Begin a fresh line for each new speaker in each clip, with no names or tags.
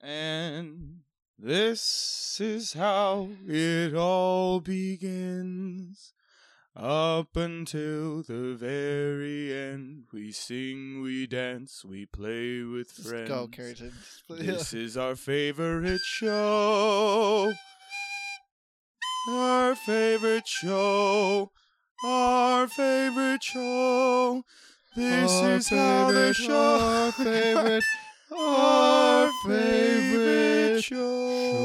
And this is how it all begins. Up until the very end, we sing, we dance, we play with
Just
friends.
go, Carrington. Just play-
This is our favorite show. Our favorite show. Our favorite show. This
Our
is how the
favorite,
show.
Our
our
favorite. our
favorite
favorite
show.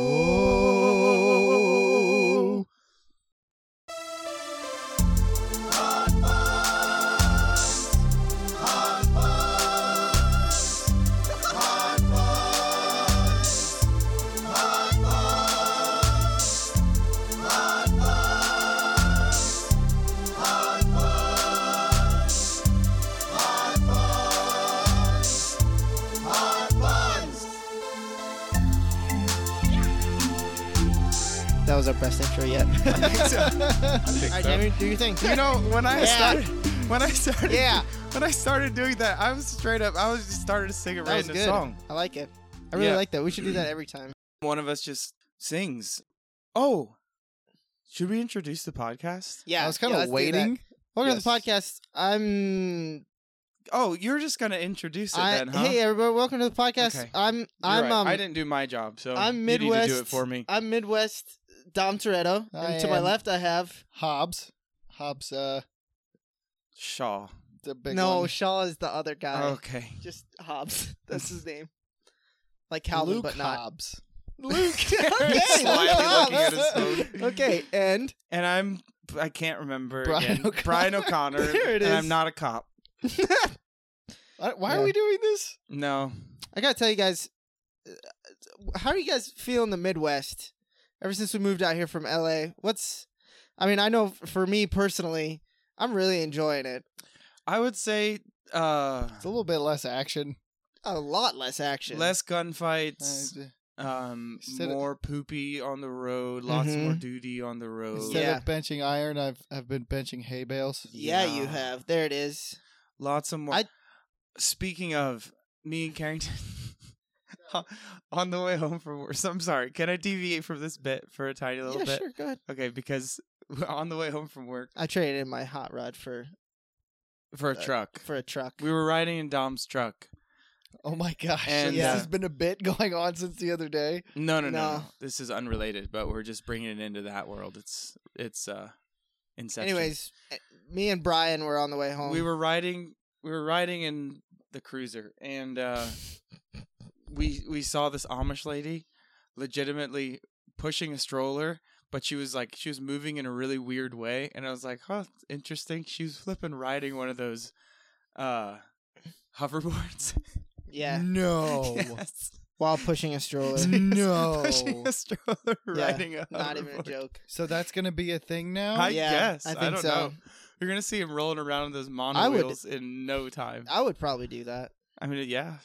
That was our best intro yet. All right, Jamie, do your thing.
You know, when I
Yeah.
started, when I started,
Yeah.
when I started doing that, I was straight up. I was just started to sing a
That was
random
good.
song.
I like it. I really
Yeah.
like that. We should do that every time.
One of us just sings. Oh, should we introduce the podcast?
Yeah.
I was kind
yeah,
of
let's do that.
waiting.
Welcome to the podcast.
Yes.
I'm.
Oh, you're just gonna introduce it
I,
then, huh?
Hey, everybody. Welcome to the podcast.
Okay.
I'm.
You're
I'm.
right.
Um,
I didn't do my job, so
I'm
You need to do
Midwest. uh,
it for me.
I'm Midwest Dom Toretto.
I
and to my
am-
left, I have.
Hobbs. Hobbs, uh,
Shaw.
the big
no,
one.
Shaw is the other guy.
Okay.
Just Hobbs. That's his name. Like Calvin,
Luke
but not
Hobbs.
Luke. okay.
Slyly looking at his phone.
Okay, and
And I'm. I can't remember.
Brian
again.
O'Connor.
Brian O'Connor.
There it
And
is.
I'm not a cop.
Why- Why
Yeah.
are we doing this?
No.
I gotta tell you guys, uh, how do you guys feel in the Midwest? Ever since we moved out here from LA, what's? I mean, I know f- for me personally, I'm really enjoying it.
I would say uh,
It's a little bit less action.
A lot less action.
less
Uh,
gunfights.
d-
um
Instead of-
more poopy on the road lots more
Mhm.
duty on the road
Instead
Yeah.
of benching iron, I've I've been benching hay bales.
Yeah,
Yeah.
you have. There it is.
lots of more
I-
speaking of me and carrington on the way home from work so i'm sorry can i deviate from this bit for a tiny little
yeah,
bit
sure. Go ahead.
okay because on the way home from work
I traded in my hot rod for
for a
Uh,
truck
for a truck.
we were riding in dom's truck
Oh my gosh!
And,
this
uh,
has been a bit going on since the other day.
no no no, no.
No.
this is unrelated but we're just bringing it into that world it's it's uh inception
Anyways, um, eh, me and Brian were on the way home.
we were riding we were riding in the cruiser and uh we we saw this Amish lady legitimately pushing a stroller but she was like she was moving in a really weird way and I was like huh interesting she was flipping riding one of those uh hoverboards
yeah,
No.
Oh,
yes
while pushing a stroller.
No.
pushing a stroller riding a hoverboard.
Not even a joke.
So that's gonna be a thing now.
I
Yeah,
guess
I
I,
think
don't
so.
know you're gonna see him rolling around on those mono
I would-
wheels in no time
I would probably do that.
I mean yeah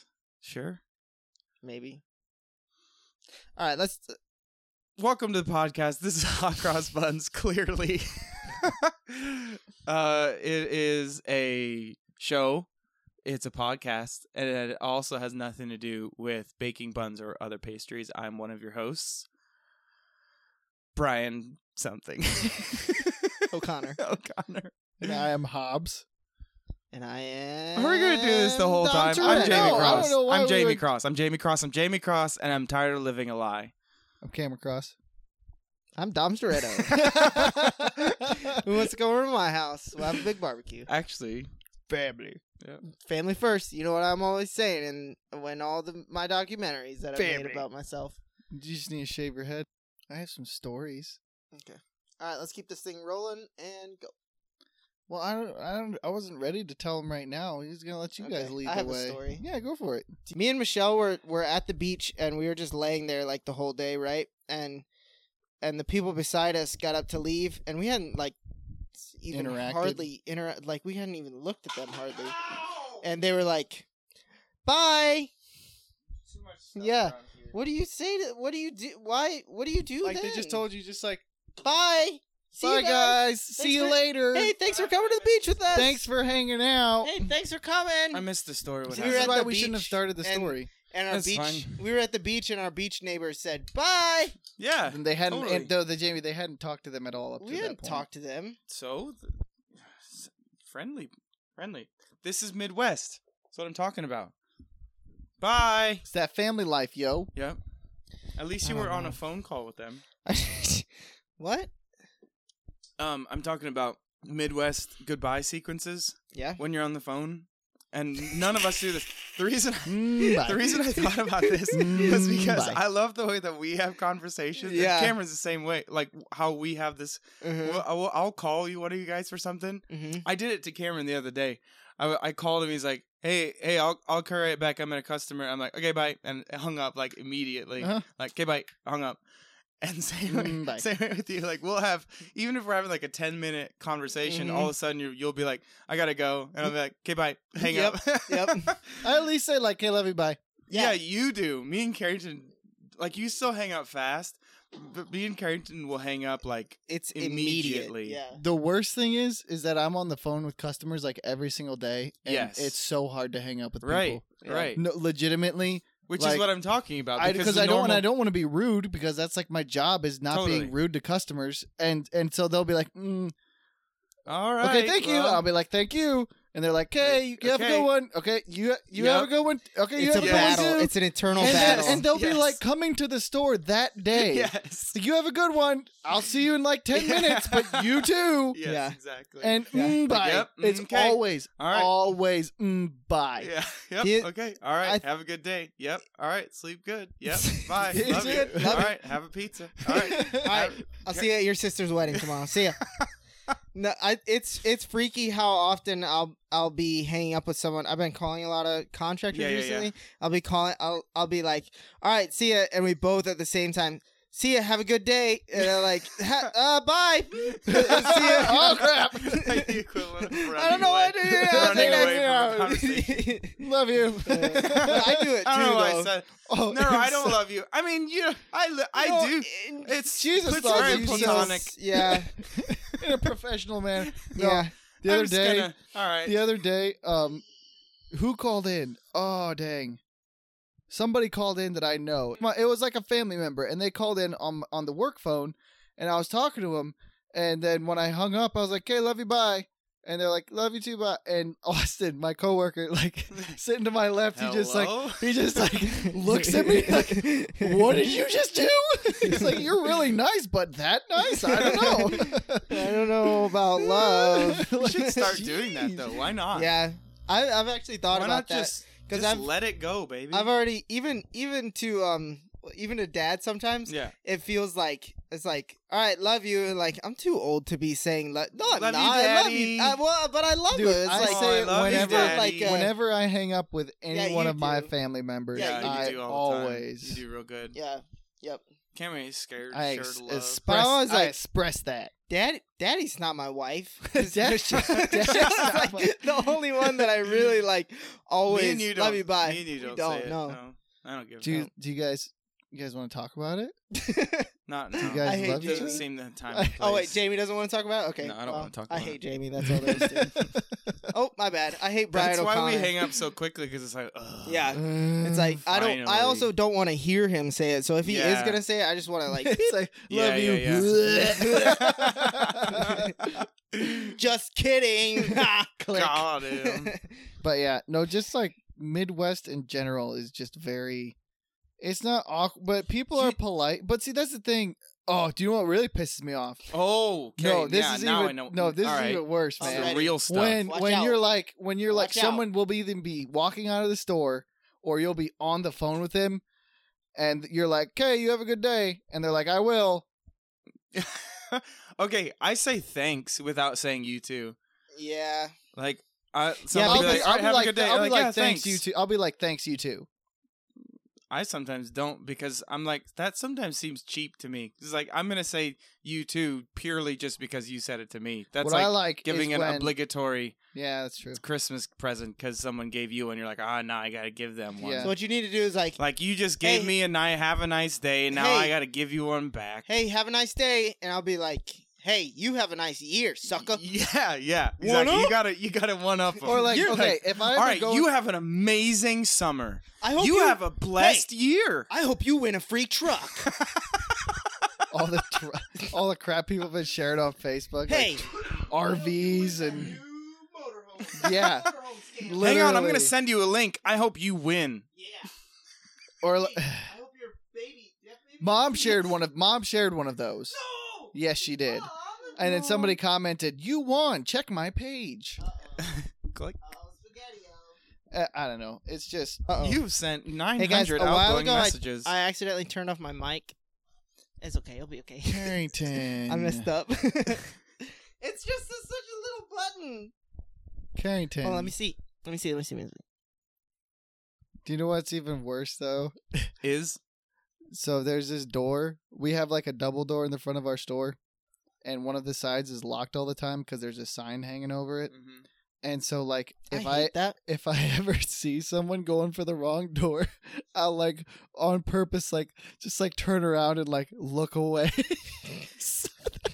sure
Maybe. All right, let's. uh,
welcome to the podcast. This is Hot Cross Buns, clearly. uh, it is a show, it's a podcast, and it also has nothing to do with baking buns or other pastries. I'm one of your hosts, Brian something.
O'Connor.
O'Connor.
And I am Hobbs.
And I am.
We're gonna do this the whole time.
Dom Toretto.
I'm Jamie
No, I don't
Cross.
know why
I'm
we
Jamie
would-
Cross. I'm Jamie Cross. I'm Jamie Cross, and I'm tired of living a lie.
I'm Cam Cross.
I'm Dom Toretto. Who wants to come over to my house? We'll have a big barbecue.
Actually,
Family.
Family first. You know what I'm always saying. And when all the my documentaries that I've made
Family.
about myself.
You just need to shave your head. I have some stories.
Okay. All right, let's keep this thing rolling and go.
Well, I don't, I don't, I wasn't ready to tell him right now. He's gonna let you guys
Okay,
lead
I
the
have a
way.
story.
Yeah, go for it.
me and Michelle were were at the beach and we were just laying there like the whole day, right? And and the people beside us got up to leave, and we hadn't like even
Interacted.
hardly inter like we hadn't even looked at them hardly, and they were like, "Bye." Yeah. What do you say to? What do you do? Why? What do you do?
like
then?
they just told you, just like,
Bye. See you
bye guys,
Thanks
see you
for-
later.
Hey, thanks for coming to the beach with us.
thanks for hanging out.
Hey, thanks for coming.
I missed the story. What
So
This
we were
happened.
is
at
why
the
we shouldn't have
beach
started the
and-
story.
and our
That's
beach.
fine.
We were at the beach, and our beach neighbors said bye.
Yeah.
And they hadn't,
Totally.
and though the Jamie, they hadn't talked to them at all up
We
to
didn't
that point.
talk to them.
So th- s- friendly, friendly. This is Midwest. That's what I'm talking about. Bye.
It's that family life, yo.
Yep. At least you
Oh,
I
were
don't
on
know.
a phone call with them.
what?
Um, I'm talking about Midwest goodbye sequences
Yeah.
when you're on the phone, and none of us do this. The reason.
Mm,
the reason I thought about this
Mm,
was because
bye.
I love the way that we have conversations.
Yeah.
Yeah. Cameron's the same way. Like how we have this.
Uh-huh.
Well, I'll- I'll call you one of you guys for something,
hmm
I did it to Cameron the other day. I, I called him. He's like, "Hey, hey, I'll I'll carry it back. I'm at a customer." I'm like, "Okay, bye," and I hung up like immediately.
Uh-huh.
Like, "Okay, bye," hung up. And same
Mm, bye.
same way with you. Like, we'll have even if we're having like a ten minute conversation,
Mm-hmm.
all of a sudden you you'll be like, "I gotta go," and I'll be like, "Okay, bye," hang
Yep,
up.
yep.
I at least say like, "Hey, love you, bye."
yeah. you do. Me and Carrington, like, you still hang up fast, but me and Carrington will hang up like
It's
Immediately.
immediate. Yeah.
The worst thing is, is that I'm on the phone with customers like every single day, and
Yes.
it's so hard to hang up with
right,
people.
Yeah.
right,
No, legitimately,
which
Like,
is what I'm talking about.
I
Uh, the
because I don't and
normal-
I don't want to be rude because that's like my job is not
Totally.
being rude to customers and and so they'll be like mm,
All right,
okay thank you
well,
I'll be like thank you and they're like hey you have a
Okay.
good one okay you you have a
Yep.
good one okay you
It's a
have a good one
battle.
too."
It's an internal
and,
battle.
then- and they'll
Yes.
be like coming to the store that day
Yes.
So you have a good one I'll see you in like ten
Yeah.
minutes but you too
Yes,
Yeah.
exactly.
and
Yeah.
mm, bye
Yep,
it's
okay.
always
all right.
always mm, bye
yeah. Yep.
Did-
okay. All right.
I-
have a good day. Yep. All right. Sleep good. Yep. Bye.
Did
Love
you?
you.
Love
All
you.
right. Have a pizza. All right.
All right. I'll see you at your sister's wedding tomorrow. See ya. No, I, it's it's freaky how often I'll I'll be hanging up with someone. I've been calling a lot of contractors
Yeah, yeah, yeah.
recently. I'll be calling. I'll I'll be like, all right, see ya, and we both at the same time. See ya. Have a good day. And they're like, ha, uh, bye. See ya.
Oh, crap.
Like the equivalent of
I don't know
away.
what I do. Yeah, I'll
Running
take that
away from a
shit out.
love you
But I do it
I don't
too,
know why I
though.
said.
oh,
No, I don't love you. I mean, you. I. li- I
No,
do.
it-
It's
Jesus
It's
loves
very
you, Jesus.
platonic.
Yeah,
in a professional man No,
yeah.
the
I'm
other
just
day
gonna- all right.
the other day, um, who called in? Oh, dang. Somebody called in that I know. My- It was like a family member, and they called in on on the work phone, and I was talking to him, and then when I hung up, I was like, "Hey, love you, bye," and they're like, "Love you too, bye." And Austin, my coworker, like sitting to my left, he just like
Hello?
he just like looks at me like, "What did you just do?" He's like, "You're really nice, but that nice? I don't know."
I don't know about love.
You should start doing that though. Why not?
um, Yeah, I, I've actually thought
Why
about
not
that.
just?
'Cause
Just
I've-
let it go, baby.
I've already even even to um even to dad sometimes
Yeah.
it feels like it's like all right love you and like I'm too old to be saying lo- no I'm
Love you,
not I love you
Daddy.
I, well but I love
Dude,
you it's
I
like
Oh, I
say it
love you,
whenever,
Daddy.
like,
Like, uh,
whenever I hang up with any
Yeah,
one
you
of my
do.
family members,
Yeah,
Yeah,
you
I
do all the time.
always,
You do real good.
yeah yep
Cameron is scared.
I
sure
ex-
to love.
express,
But I always,
I
like-
express that.
dad daddy's not my wife
Dad-
Michelle's,
Daddy's not my-
like, the only one that I really like
me
always
and you don't,
love you bye
Me and you
We
don't,
don't,
say it.
no.
I don't give
Do
a
you,
fuck.
do you guys, you guys want to talk about it?
Not
you
no.
guys
I hate love
it
you?
doesn't seem the time. and
oh wait
place.
Jamie doesn't want to talk about it? okay
No, I don't
well,
wanna talk
I
about
hate
it.
Jamie that's all there is to it oh my bad I hate Brian
That's
O'Connor
why we hang up so quickly because it's like, ugh.
yeah It's like I don't. I
Finally.
also don't want to hear him say it. So if he is
Yeah.
gonna say it, I just want to like
it's like
Yeah,
love
yeah,
you.
yeah.
just kidding. Click.
Got him.
but yeah, no, just like Midwest in general is just very. It's not awkward, but people are polite. But see, that's the thing. Oh, do you know what really pisses me off?
Oh, okay.
no, this
yeah,
is
now
even
I know.
no, this
All
is
right.
even worse,
This
man.
is the
Already.
real stuff.
when
Watch
when
out.
you're like when you're like
Watch out.
someone will be even be walking out of the store or you'll be on the phone with him and you're like okay you have a good day and they're like i will
okay, I say thanks without saying you too.
yeah.
Like, I,
Yeah,
someone
i'll
be like,
be,
all right,
I'll be
have
like,
a good day.
I'll be
like,
like
yeah,
thanks you too i'll be like thanks you too
I sometimes don't because I'm like that sometimes seems cheap to me. It's like I'm gonna say you too purely just because you said it to me. That's
what
like,
i like is
giving an
when-
obligatory
yeah that's true
Christmas present because someone gave you one. You're like, ah, nah, I gotta give them one.
Yeah.
So what you need to do is like,
Like you just gave
Hey.
me a night, have a nice day, and now
Hey.
I gotta give you one back.
hey, have a nice day, and I'll be like, hey, you have a nice year, sucker.
Yeah, yeah.
One
Exactly. You
up?
gotta you gotta one up 'em.
Or like,
You're
okay,
like,
if I
all
ever
right,
go,
you have an amazing summer.
I hope
You,
you,
have a blessed year.
I hope you win a free truck.
all the tr- all the crap people have been sharing on Facebook,
hey,
like RVs and yeah,
Hang on, I'm
Literally.
gonna send you a link. I hope you win.
or li- mom shared one of mom shared one of those. Yes, she did.
Oh,
And then somebody commented, "You won. Check my page."
Click.
Oh,
Uh, I don't know. It's just
Uh-oh.
You've sent
hey
900
guys, a while
outgoing
ago I,
messages.
I accidentally turned off my mic. It's okay. It'll be okay.
Carrington.
I messed up. it's just a- such a little button.
Carrington.
Oh, let me see. Let me see. Let me see. Let me see.
Do you know what's even worse though?
is
So there's this door. We have like a double door in the front of our store, and one of the sides is locked all the time because there's a sign hanging over it. And so like if
I
I,
hate that.
if I ever see someone going for the wrong door, I'll like on purpose like just like turn around and like look away. so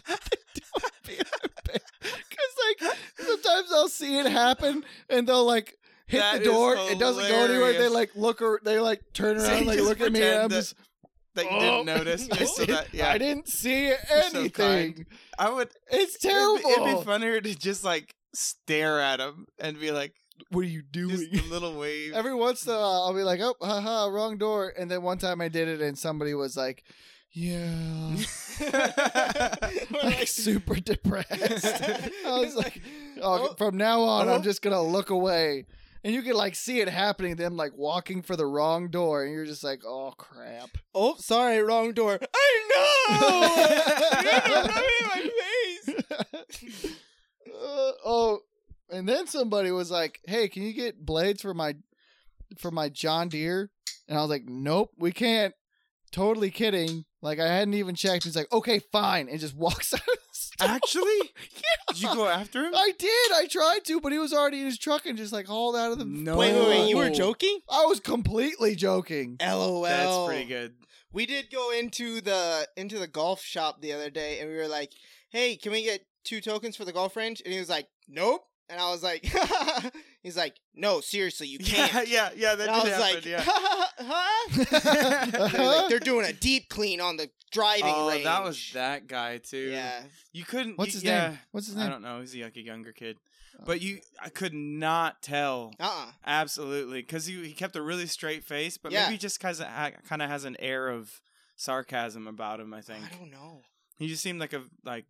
that they don't be embarrassed. Cause like sometimes I'll see it happen and they'll like hit
That
the
is
door, it doesn't go anywhere. They
hilarious.
like look or they like turn
So
around,
you
like
just
look at me and
pretend
I'm
that-
just
that you
Oh.
didn't notice. Just so that, yeah,
I didn't see
so
anything.
kind. I would.
it's
It'd
terrible.
be, it'd be funnier to just like stare at him and be like,
What are you doing?
just a little wave.
Every once in a while, I'll be like, oh, haha, wrong door. And then one time I did it, and somebody was like, yeah, like super depressed. I was like, oh, from now on, I'm
oh.
just going to look away. And you can like see it happening, them like walking for the wrong door, and you're just like, oh, crap.
Oh, sorry, wrong door. I know.
Uh, oh, and then somebody was like, "Hey, can you get blades for my for my John Deere?" And I was like, "Nope, we can't." Totally kidding. Like I hadn't even checked. He's like, "Okay, fine," and just walks out. Of the store.
Actually, did you go after him?
I did. I tried to, but he was already in his truck and just like hauled out of the.
No.
Wait, wait, wait. You were
Oh.
joking?
I was completely joking.
LOL.
That's pretty good.
We did go into the into the golf shop the other day, and we were like, "Hey, can we get two tokens for the golf range?" And he was like, "Nope." And I was like, "He's like, no, seriously, you can't."
Yeah, yeah, yeah. That
and I
did
was
happen. yeah.
like, "Huh?" And they're like, "They're doing a deep clean on the driving
Oh,
range."
that was that guy too.
Yeah.
You couldn't.
What's
you-
his
yeah,
name? What's his
I
name? Oh,
don't know. He's a, like a younger kid, but you, I could not tell
Uh. uh
absolutely because he he kept a really straight face, but
Yeah.
maybe he just kind of kind of has an air of sarcasm about him. I think
I don't know.
he just seemed like a like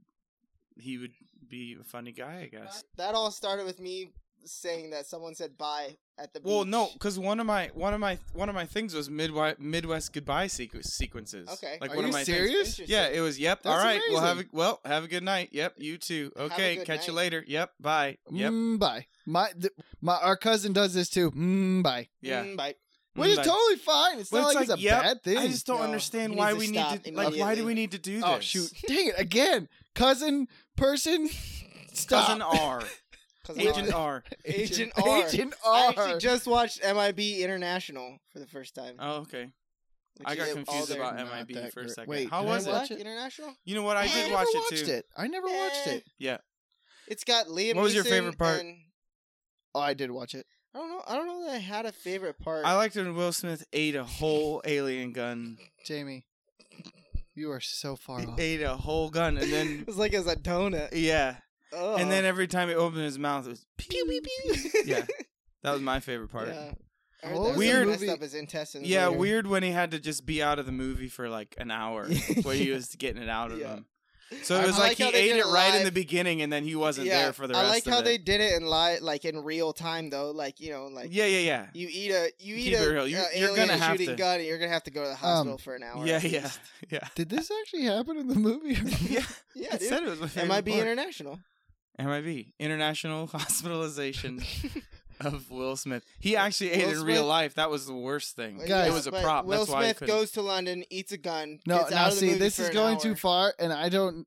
he would be a funny guy, I guess.
That all started with me saying that someone said bye at the.
Well,
beach.
no, because one of my one of my one of my things was midwest Midwest goodbye sequ- sequences.
Okay.
like
Are
one
you
of my
serious?
Things. Yeah, it was. Yep. all
That's
right. Well, have a,
amazing.
well, have a good night. Yep. You too.
Have a
Okay.
good
Catch you
night.
later. Yep. Bye. Yep.
Mm, bye. My th- my our cousin does this too. Mm, bye.
Yeah.
Mm, bye.
Which is
Bye.
totally fine. It's
Well,
not
it's
like, it's
like,
a
yep,
bad thing.
I just don't
No,
understand
he
why
needs
we
to
need
stop
to like why do we
immediately.
need to do this?
Oh shoot! Dang it again, cousin, person, stop.
Cousin R,
'Cause I'm
Agent
on-
R.
Agent R.
Agent
I
R.
actually just watched MIB International for the first time.
Oh okay.
which
I got
is all
confused
their-
about
Not
MIB
that
for a
great.
second.
Wait,
How
did I
was it?
watch
What? International?
You know what? I did
never
watch it
watched
too.
it. I never watched
Eh.
it.
Yeah.
It's got Liam.
What was your
Neeson
favorite part?
and-
Oh, I did watch it.
I don't know. I don't know that I had a favorite part.
I liked when Will Smith ate a whole alien gun.
Jamie, you are so far
He
off.
ate a whole gun and then
it was like it was a donut.
yeah,
Ugh.
and then every time he opened his mouth, it was
pew pew pew.
Yeah, that was my favorite part. Yeah,
Yeah. I heard
What
that
was the
weird messed
movie-
up his intestines. later.
weird when he had to just be out of the movie for like an hour, where he was getting it out of
Yeah.
him. So
I
it was
like
like,
how
he
they
ate
did
it
it
right in
live.
the beginning, and then he wasn't there for the
I
rest.
like
of
how
it.
they did it in live, like in real time though. Like you know, like
Yeah, yeah, yeah.
you eat a you
Keep
eat
it
a
real. You-
uh,
you're
alien
gonna have
shooting
to. Um,
gun. And you're gonna have to go to the hospital for an hour.
Yeah,
at
yeah,
least.
yeah,
Did this actually happen in the movie?
yeah.
yeah.
I
dude.
said it was my favorite.
MIB
part.
International.
MIB International Hospitalization of Will Smith. He actually ate
Will
it in real
Smith-
life. That was the worst thing.
Guys-
it was a
but
prop.
Will
That's why I
Smith
couldn't-
goes to London, eats a gun.
no,
gets out
now
of the
see,
movie
this
for
is
an
going
hour.
too far, and I don't.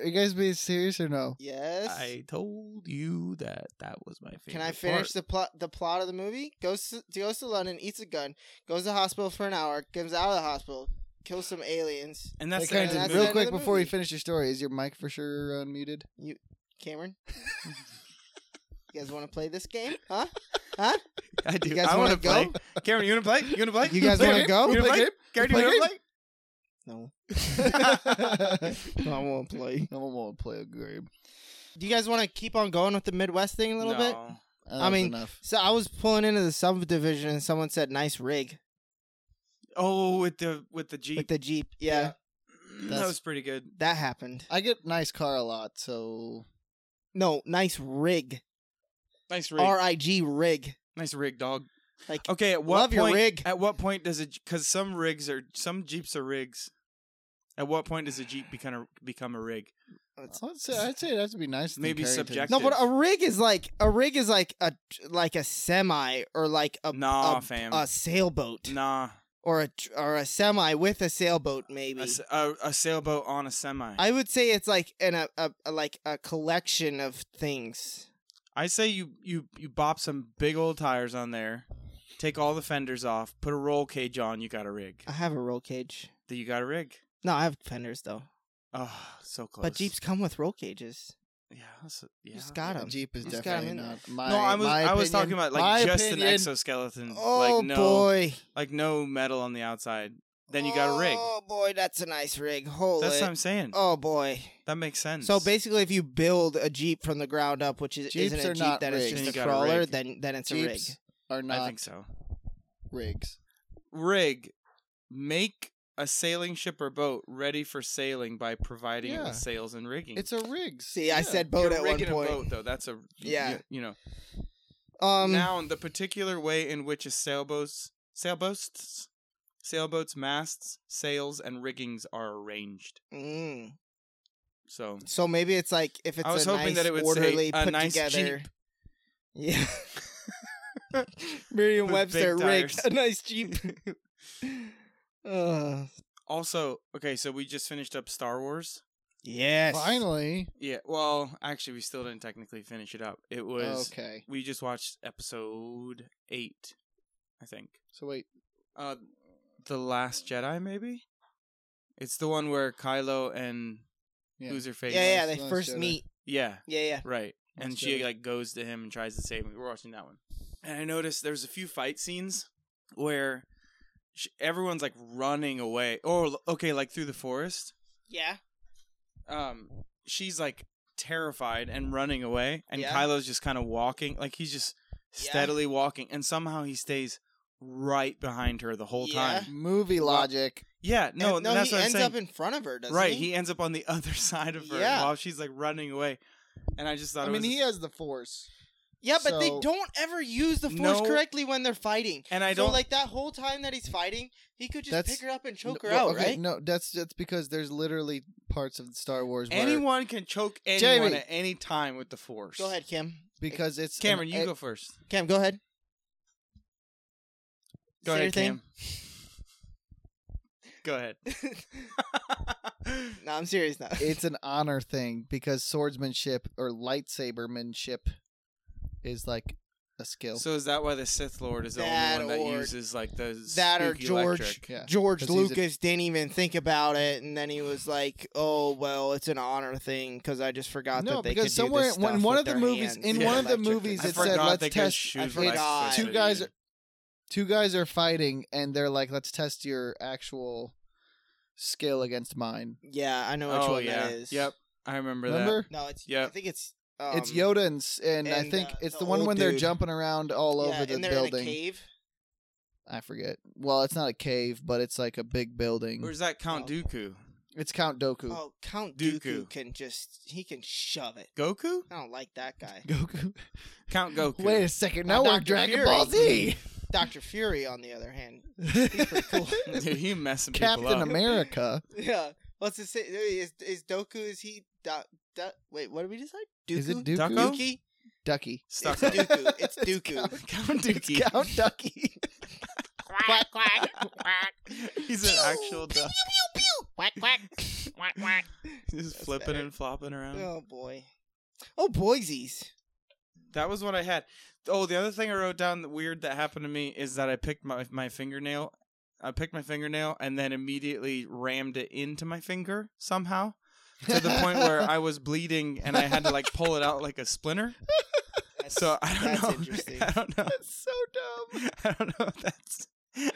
Are you guys being serious or no?
Yes.
I told you that that was my favorite.
Can I finish
part.
the plot? The plot of the movie goes to, goes to London, eats a gun, goes to the hospital for an hour, comes out of the hospital, kill some aliens.
And that's
that kind
the
of
end
that's
of
did-
the
real
movie.
quick
of the
before you
movie.
finish your story, is your mic for sure unmuted?
Cameron, you guys want to play this game? Huh? Huh?
I do.
You guys
I want to
wanna go?
play. Cameron, you want to play? You want to play?
You guys
Play
wanna
game?
go?
You
Play
want to play?
game?
Cameron,
Play
you
game?
want to play?
No.
no
I won't play.
one will play a game.
Do you guys want to keep on going with the Midwest thing a little bit?
No.
That
I
was
mean,
enough.
So I was pulling into the subdivision and someone said, "Nice rig
Oh, with the with the
with
Jeep.
the Jeep." Yeah,
that
that's-
was pretty good.
that happened.
I get nice car a lot, so
No, nice rig.
Nice rig.
R I G rig.
nice rig, dog.
Like,
Okay, at what
love your
point?
rig.
At what point does it? Because some rigs are some Jeeps are rigs. At what point does a Jeep become a become a rig?
It's-
I'd say I'd say it has to be nice. than
Maybe
Carrington's.
subjective.
Oh, No, but a rig is like a rig is like a like a semi or like a
nah,
a,
fam.
a sailboat
nah,
or a tr- or a semi with a sailboat maybe.
a, s- a- a sailboat on a semi. I,
I would say it's like an a, a, a like a collection of things.
say you you you bop some big old tires on there, take all the fenders off, put a roll cage on. You got a rig.
I have a roll cage.
Then you got a rig.
No, I have fenders though.
Oh, so close.
But Jeeps come with roll cages.
Yeah, that's, yeah.
You just got
The
them.
Jeep is
You just got 'em
definitely
in
not my.
no, I was
my
I was
opinion-
talking about like
my
just an
opinion-
exoskeleton,
Oh
Mm, like no,
boy!
like no metal on the outside. Then you got a rig.
Oh boy, that's a nice rig. Holy!
That's what I'm saying.
oh boy!
That makes sense.
So basically, if you build a jeep from the ground up, which is,
Jeeps
isn't a
are
jeep,
not
that is
rigged.
Then
just
you
a
got a
crawler,
rig.
then then it's
Jeeps are
I
not
think so.
rigs.
Rig, make a sailing ship or boat ready for sailing by providing it
Yeah.
with sails and rigging.
It's a rigs.
See, I
Yeah.
said
You're
boat at one
rigging
point.
a boat though. That's a
Yeah.
yeah. You, know,
Um,
noun the particular way in which a sailboat's sailboats sailboats masts sails and riggings are arranged.
mm.
So
so maybe it's like if it's
I was
a
hoping
nice,
that it would say
orderly,
a
put
nice
together.
Jeep.
Yeah. Merriam Webster
big
rigged
tires.
a nice jeep. uh,
also okay. So we just finished up Star Wars.
yes.
Finally,
Yeah. Well, actually, we still didn't technically finish it up. It was
okay.
we just watched episode eight, I think.
So wait,
Uh, the Last Jedi, maybe. It's the one where Kylo and
Yeah.
who's her
Yeah,
face?
yeah.
Nice,
They
nice
first
Jedi.
meet.
Yeah,
Yeah, yeah.
right. And
Last
she
Jedi.
like goes to him and tries to save him. We're watching that one, and I noticed there's a few fight scenes where sh everyone's like running away, or okay, like through the forest.
Yeah.
um she's like terrified and running away and
Yeah.
Kylo's just kind of walking like he's just
Yeah.
steadily walking and somehow he stays right behind her the whole
Yeah.
time.
movie
Well,
logic.
Yeah, no,
And- no,
that's
he
what I'm
ends
saying.
up in front of her, doesn't
right,
he?
he ends up on the other side of her
Yeah.
while she's like running away. And I just thought
I
it
mean,
was
he has the force.
Yeah, but they
So-
don't ever use the force
No.
correctly when they're fighting.
and I
so
don't
like that whole time that he's fighting, he could just
That's-
pick her up and choke her
Well,
out,
okay,
right?
No, that's that's because there's literally parts of Star Wars where
anyone can choke anyone
Jamie.
at any time with the force.
Go ahead, Kim.
because it's an-
Cameron, you
it-
go first.
Cam, go ahead.
Go
Say your
ahead,
thing.
Cam. go ahead.
No, I'm serious now.
It's an honor thing because swordsmanship or lightsabermanship is like a skill.
So is that why the Sith Lord is the
That
only one that
or-
uses like the
that or
spooky
George-
electric?
yeah.
George
'Cause he's a-
Lucas didn't even think about it, and then he was like, "Oh well, it's an honor thing because I just forgot
No,
that they
because
could
somewhere-
do this
when
stuff
one
with
of the
their
movies-
hands
in
with
one of the
electric
movies,
and
I
it
stuff."
forgot
said, "Let's
they could
test-
shoot
I
for, like,
forgot.
six
Two guys
minutes.
Two guys are fighting and they're like, "Let's test your actual skill against mine."
yeah, I know which
Oh
one
yeah.
that is.
Yep. I remember,
Remember?
No, it's yeah.
Yep.
I think it's um,
it's Yoda and, s- and, I
and,
think
uh,
it's
the
the, one
old
when they're
dude.
jumping around all
yeah,
over the
and they're In a
building.
cave.
I forget. Well, it's not a cave, but it's like a big
that.
building.
Or is that Count
Oh.
Dooku?
It's Count Doku.
Oh, Count Dooku.
Dooku.
can just he can shove it.
Goku?
I don't like that guy.
Goku.
Count Goku.
Wait a second.
Now
Now we're
Dr.
Dragon
Fury.
Ball Z.
Doctor Fury, on the other hand,
Dude, he messing people
Captain
up.
America.
yeah. What's his say? Is is Doku? Is he? Do, do, wait, what did we decide? Dooku.
Is it Dooku?
Ducko?
Dookie?
Ducky.
Stuck
It's
up.
Dooku. It's Dooku.
Count-
Count
It's
Dooku.
Count Ducky.
quack quack quack
He's an actual duck.
quack quack quack quack.
He's
That's
flipping
better.
and flopping around.
oh boy. Oh Boise's.
That was what I had. Oh, the other thing I wrote down that weird that happened to me is that I picked my my fingernail I picked my fingernail and then immediately rammed it into my finger somehow to the point where I was bleeding and I had to like pull it out like a splinter.
That's-
So I don't
that's
know.
interesting.
I don't know.
That's so dumb.
I don't know if that's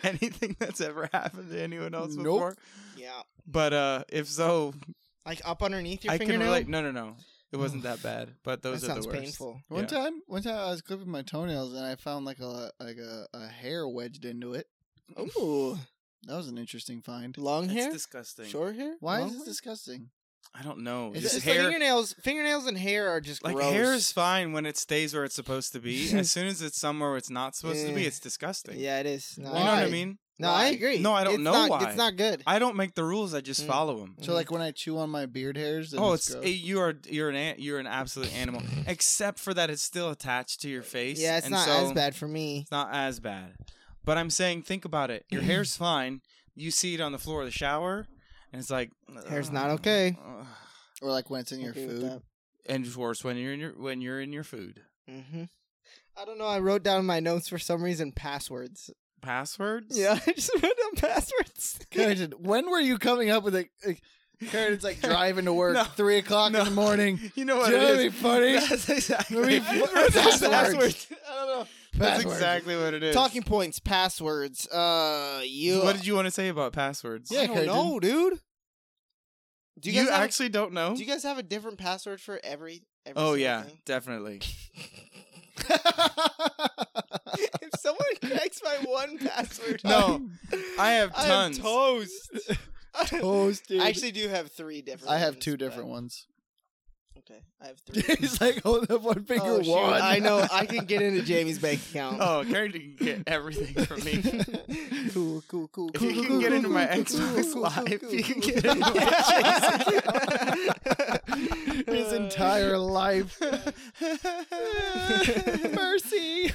anything that's ever happened to anyone else
Nope.
before.
Yeah,
But uh if so,
like up underneath your
I can
fingernail.
relate. No, no, no. It wasn't that bad, but those
that
are
sounds
the worst.
painful.
One
Yeah.
time, one time I was clipping my toenails and I found like a like a, a hair wedged into it.
Ooh,
That was an interesting find.
long
That's
hair,
disgusting.
short hair.
Why
long
is this
hair?
disgusting?
I don't know.
It's
It's
Just
just
hair.
fingernails. Fingernails and hair are just
Like
gross.
hair is fine when it stays where it's supposed to be. as soon as it's somewhere where it's not supposed to be,
Yeah.
it's disgusting.
Yeah, it is. No,
You know what I
Why?
mean?
No, I agree.
No, I don't
It's
know
not-
why.
It's not good.
I don't make the rules. I just
Mm.
follow them.
So
Mhm.
like when I chew on my beard hairs, then
Oh,
it's,
it's
gross.
eh, you are you're an an- you're an absolute animal. Except for that, it's still attached to your face.
yeah, it's
and
not
so
as bad for me.
It's not as bad. But I'm saying, think about it. Your hair's fine. You see it on the floor of the shower, and it's like
Hair's not
"Ugh,
okay."
ugh."
or like when it's in your food.
And it's worse when you're in your when you're in your food.
Mm-hmm. I don't know. I wrote down in my notes for some reason passwords.
Passwords.
Yeah, I just wrote down passwords.
Carrington, when were you coming up with a? Like, Carrington's like driving to work
No.
three o'clock
No.
in the morning.
You know what?
Do you
it
know what'd
is?
be funny?
That's exactly.
Passwords.
That's passwords.
I don't know.
That's
Passwords.
exactly what it is.
Talking points, passwords. Uh, you.
What did you want to say about passwords?
Yeah,
I don't know, dude. Do
you,
you guys have,
actually don't know?
Do you guys have a different password for every? every
oh
single
yeah,
thing?
definitely.
if someone cracks my one password,
No, I have
I am
tons.
toast.
Toasted.
I actually do have three different.
I have
ones,
two
but-
different ones.
Okay, I have three.
He's like holding up one finger.
Oh, shoot.
one.
I know. I can get into Jamie's bank account.
oh, Carrington can get everything from me.
cool, cool, cool.
If
cool,
you
cool,
can
cool,
get into my
cool, cool,
Xbox
cool,
Live,
cool,
you
cool,
can
cool,
get into my
cool.
His entire life. Mercy.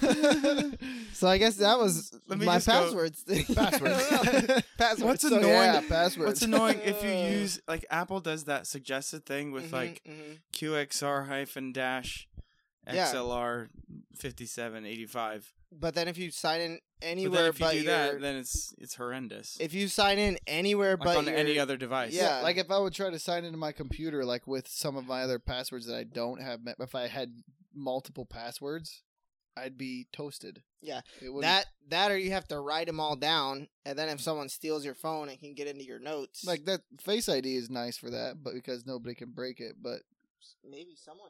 So I guess that was
Let me
my
just go-
passwords. thing.
Passwords.
passwords.
What's
so,
annoying-
Yeah, passwords.
What's annoying if you use like Apple does that suggested thing with
Mhm,
like
mhm.
QXR hyphen dash
Yeah.
XLR fifty seven eighty five.
But then if you sign in
But
anywhere
then
but,
if you do
your,
that, then it's it's horrendous.
if you sign in anywhere
like
but
on
your,
any other device.
Yeah.
like if I would try to sign into my computer, like with some of my other passwords that I don't have, me- if I had multiple passwords, I'd be toasted.
Yeah.
it would
that that or you have to write them all down, and then if someone steals your phone, it can get into your notes.
like that Face ID is nice for that, but because nobody can break it. But
maybe someone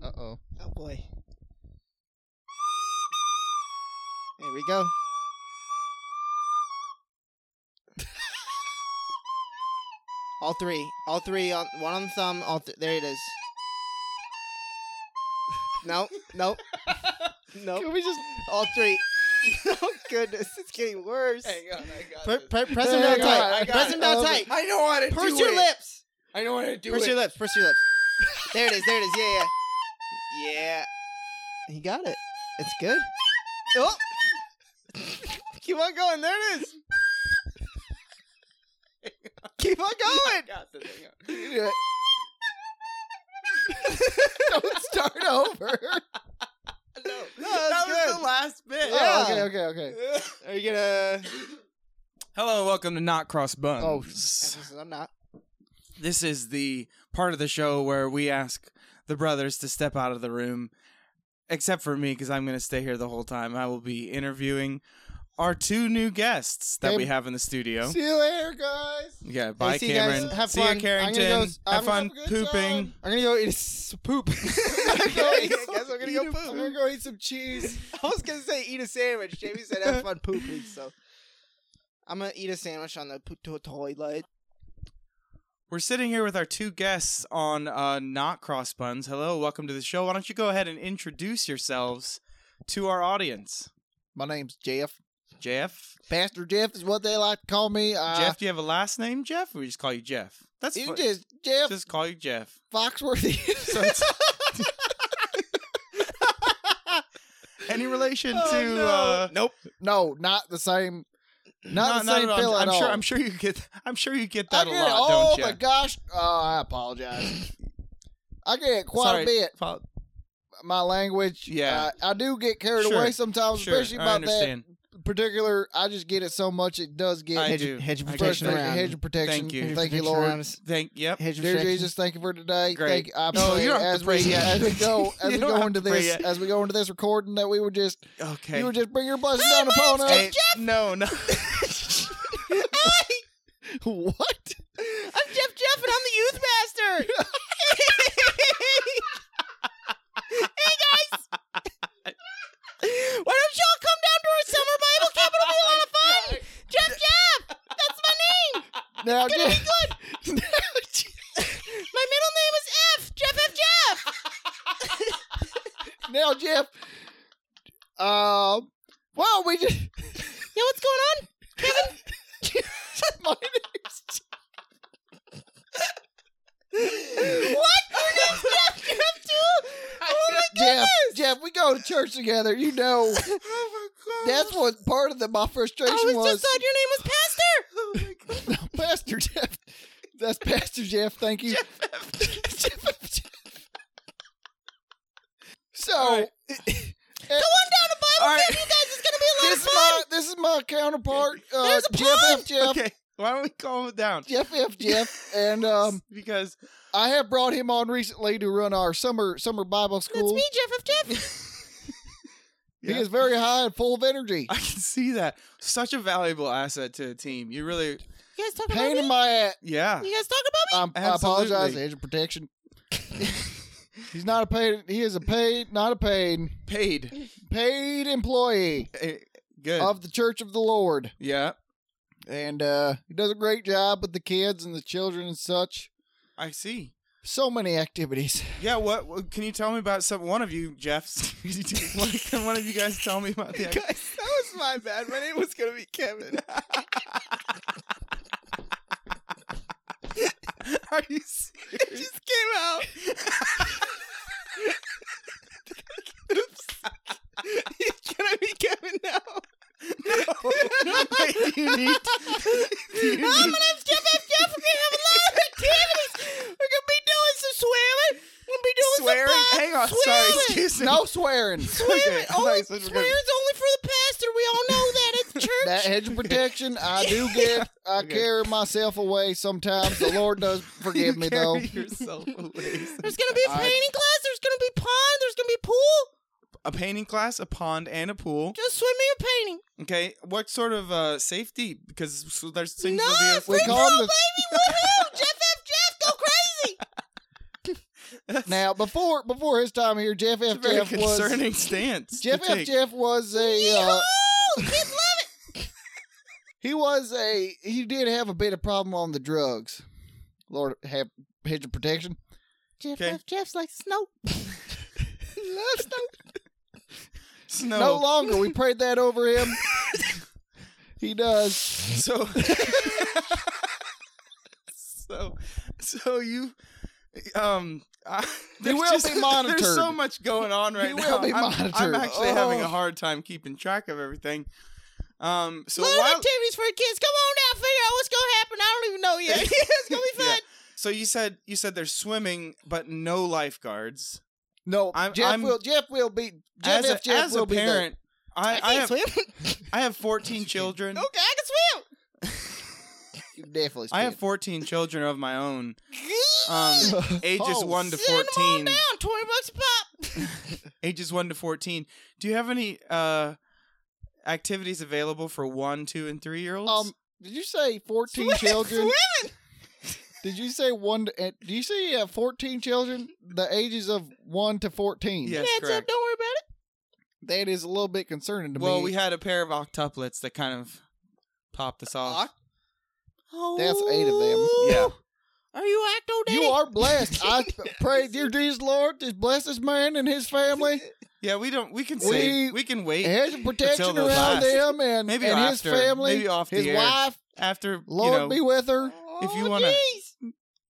can.
uh oh,
Oh boy. There we go. all three, all three on one on the thumb. All th- there it is. Nope, nope, nope.
can we just
All three. oh goodness, it's getting worse.
on? I got
Pre- pre- press
Hang
them down
on, I
tight.
got
Press
it.
them down
Um,
tight.
I know how to
Purse your lips.
I know how to do
Purse your lips. Purse your lips. There it is. There it is. Yeah, yeah, yeah. He got it. It's good. Oh. Keep on going. There it is. Keep on
Oh
going.
Don't start over.
No,
that
that's
was
good.
the last bit.
Oh,
Yeah.
okay, okay, okay.
Are you gonna?
Hello, and welcome to Not Cross Buns.
Oh,
I'm not.
This is the part of the show where we ask the brothers to step out of the room, except for me, because I'm going to stay here the whole time. I will be interviewing our two new guests that
Okay.
we have in the studio.
See you later, guys.
yeah, bye,
see you guys.
Cameron.
Have
see
fun.
you,
I'm
Carrington.
gonna go-
have
I'm
fun
gonna
have a good
pooping.
time.
I'm gonna go eat s- poop. I'm gonna go eat- I guess I'm gonna go
I'm
poop.
gonna go eat some cheese.
I was gonna say eat a sandwich. Jamie said have fun pooping, so I'm gonna eat a sandwich on the po- to- toilet.
We're sitting here with our two guests on uh, Not Cross Buns. Hello, welcome to the show. Why don't you go ahead and introduce yourselves to our audience?
My name's Jeff.
Jeff?
Pastor Jeff is what they like to call me. Uh,
Jeff, do you have a last name, Jeff? Or we just call you Jeff? That's
you
fine.
just Jeff
Just call you Jeff.
Foxworthy.
So it's- Any relation
Oh,
to uh,
nope.
no, not the same. Not, the same
at all.
pill
I'm,
at
I'm sure
all.
I'm sure you get I'm sure you get
I
that a
get
lot,
it. Oh
don't you?
my gosh! Oh, I apologize. I get it quite
Sorry.
a bit.
Paul-
My language.
Yeah.
uh, I do get carried
Sure.
away sometimes,
Sure,
especially
I
about that
understand.
particular, I just get it so much it does get
I
hedge,
hedge,
do.
hedge
I
protection
do.
around.
hedge of protection.
Thank you.
Thank you,
protection around
Lord.
us.
Thank. Yep.
Hedge
Dear
protection.
Jesus, thank you for today.
Great.
Thank I
No,
pray
you don't have
as
to pray
we
yet.
as we go
You
as we
don't
go
have
into
to pray
this
yet.
as we go into this recording that we would just
Okay.
you would just bring your blessing down upon us.
Hey, no, no.
What?
I'm Jeff Jeff and I'm the youth master. hey guys. Why don't y'all come down to our summer Bible camp? It'll be a lot of fun. Jeff Jeff. That's my name.
Now, just,
My middle name is F. Jeff F Jeff.
now, Jeff. Um. Well, we just
Yeah, what's going on?
my name's
What? Your name's Jeff Jeff too? Oh my
Jeff. Jeff, we go to church together. You know,
Oh my
that's what part of the, my
I
frustration
always
was.
just thought your name was Pastor. Oh my god.
Pastor Jeff. That's Pastor Jeff. Thank you.
All
so
right.
Go on down to Bible
All right.
camp, you guys. It's gonna be a lot of
this is
fun.
my this is my counterpart, uh,
There's a
Jeff F. Jeff,
Okay. Why don't we calm it down?
Jeff F. Jeff, and um,
because
I have brought him on recently to run our summer summer Bible
That's
school.
me, Jeff F. Jeff.
He
Yeah.
is very high and full of energy.
I can see that such a valuable asset to a team. You really,
You guys talk
Pain
about
in
me?
my ass.
yeah.
You guys talk about
I'm, Um, I
Absolutely.
apologize. Age of protection. He's not a paid. He is a paid, not a paid,
Paid.
paid employee
Eh, Good.
of the Church of the Lord,
yeah.
and uh, he does a great job with the kids and the children and such.
I see.
So many activities.
Yeah. What, what can you tell me about some one of you, Jeffs? One- can one of you guys tell me about the?
Guys, that was my bad. My name was gonna be Kevin.
Are you serious?
just came out. Oops. Can I be Kevin now?
Wait, do you need? Do you
Oh,
need
my name's Jeff F. Jeff. We're gonna have a lot of activities. We're gonna be doing some swearing. We're gonna be doing
swearing?
some pop-
Hang on. Sorry.
swearing.
Excuse me.
No swearing.
Okay, I
Swearing.
thought
Only,
you said we're gonna-
swearing's only for the pastor. We all know that. It's church.
That hedge of protection, I do get. I
Okay.
carry myself away sometimes. The Lord does forgive
You
me though.
carry yourself away.
There's gonna be
I-
painting class. There's gonna be pond. There's gonna be pool.
a painting class, a pond, and a pool.
Just swim me a painting.
Okay, what sort of uh, safety? Because so there's things.
no,
will be a-
free
We
throw,
call him the-
baby. Woohoo! Jeff F. Jeff, go crazy.
Now, before before his time here, Jeff F.
It's a very
Jeff was
concerning stance.
Jeff
to
F.
take.
Jeff was a uh,
Yeehaw! Kids love it.
he was a he did have a bit of problem on the drugs. Lord have hedge of protection.
Jeff
Okay.
F. Jeff's like snow. Love snow.
Snow.
No. longer. We prayed that over him. he does.
so, so, so you, um, I, there's
will
just-
be monitored.
There's so much going on right
He will
now.
be
I'm, I'm
monitored.
actually having a
Oh.
hard time keeping track of everything. Um, so
A lot
while,
of activities for kids. Come on now, figure out what's gonna happen. I don't even know yet. it's gonna be
Yeah.
fun.
so you said you said there's swimming, but no lifeguards.
No,
I'm-
Jeff
I'm-
will. Jeff will be. Jeff
as a,
F. Jeff
as
will
a parent, I, I,
I
have
can swim.
I have 14 children.
okay, I can swim.
be there. You definitely.
I have 14 children of my own, um,
Send
ages
Oh,
one to
them all
14.
down. Twenty bucks a pop.
ages 1 to 14 do you have any uh activities available for 1 2 and 3 year olds
Um, did you say fourteen children? Did you say one? To, uh, do you say you have fourteen children? The ages of one to fourteen.
Yes,
Heads up.
correct.
Don't worry about it.
that is a little bit concerning to
well
me.
we had a pair of octuplets that kind of popped us off
Oh,
That's eight of them.
yeah
Are you acto daddy?
you are blessed. I pray, dear Jesus Lord, just bless this man and his family.
yeah we don't we can
We-
save we can wait
Hedge of protection
the
around
last.
them and,
Maybe
and
after.
his family,
Maybe off the
his
air.
wife.
after
Lord
you know
be with her.
if you
Oh,
wanna-
jeez.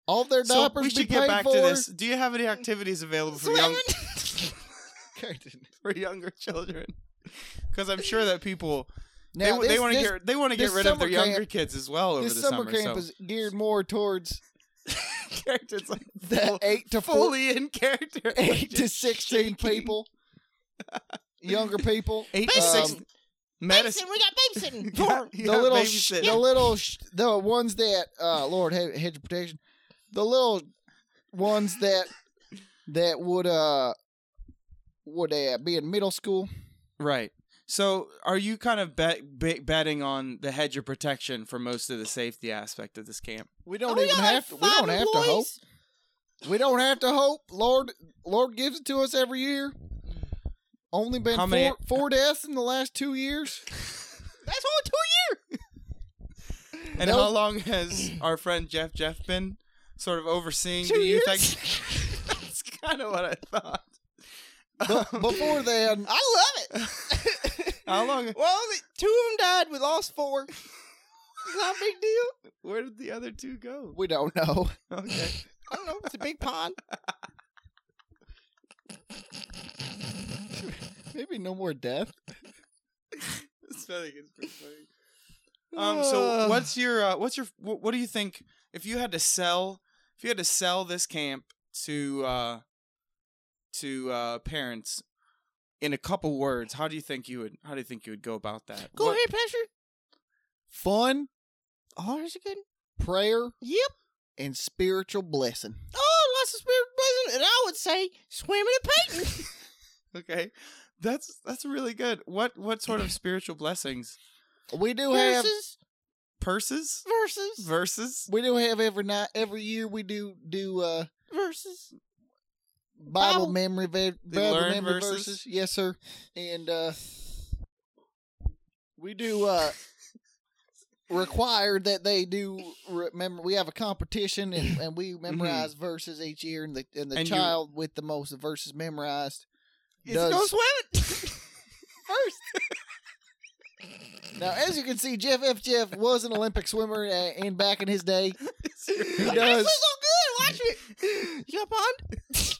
All their
so
diapers
we
be
should
paid
get back
for.
to this do you have any activities available for young for younger children because i'm sure that people they,
Now,
wa- they
this-
want to
this-
get they want to get
this
rid of their
summer
younger
camp-
kids as well over
this
the summer,
summer, camp is geared more towards
so characters like
the
full-
eight to four,
fully in character
eight to
Just shaking.
sixteen people, younger people.
Eight
Basically,
to
Um,
six. medicine.
Babysitting, we got babysitting.
Yeah,
the
yeah,
little, sh-
babysit.
the little, sh- the ones that, uh, Lord, he- hedge of protection, the little ones that that would uh would uh, be in middle school.
Right. So, are you kind of bet, bet, betting on the hedge of protection for most of the safety aspect of this camp?
We don't
we
even
got, like,
have to. We
five
don't have to hope.
employees.
We don't have to hope. Lord, Lord gives it to us every year. Only been
How
four,
many-
four deaths in the last two years.
That's only two years.
And
That
how
was-
long has our friend Jeff Jeff been sort of overseeing
Two
the youth?
years.
act- That's kind of what I thought.
But before then,
I love it.
How long?
well, only two of them died. We lost four. It's not a big deal.
Where did the other two go?
we don't know.
Okay.
I don't know. It's a big pond.
Maybe no more death.
Spelling is pretty funny. Um. So, what's your uh, what's your what, what do you think if you had to sell if you had to sell this camp to uh to uh parents in a couple words? How do you think you would how do you think you would go about that?
Go
What-
ahead, pleasure.
fun,
Oh, there's a good.
prayer,
Yep.
and spiritual blessing?
Oh, lots of spirit blessing, and I would say swim in a painting.
Okay. That's that's really good. What what sort of spiritual blessings?
We do have
versus
Purses?
versus
Verses?
we do have every night every year we do do uh
versus.
Bible,
Bible-
memory va- Bible
learn
memory
verses?
verses. Yes, sir. And uh we do uh required that they do remember we have a competition and, and we memorize verses each year and the and the
And you-
child with the most verses memorized
It's
does
go swimming first.
now as you can see Jeff F Jeff was an Olympic swimmer uh, and back in his day
He This
does.
looks so good. Watch me. You got a pond?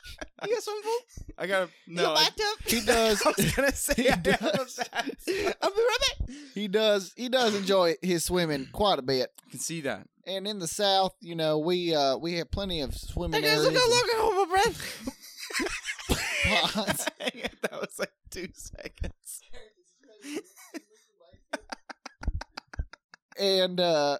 You got swimming pool?
I gotta
You
no.
got
I,
bathtub?
he does
I was gonna say
He
I have a
does.
bat.
I'll be right back.
he does he does enjoy his swimming quite a bit.
I can see that.
And in the south, you know, we uh we have plenty of
That
swimming
guy's
areas
look
and
longer hold my breath.
ponds.
Hang on, that was like two seconds.
And uh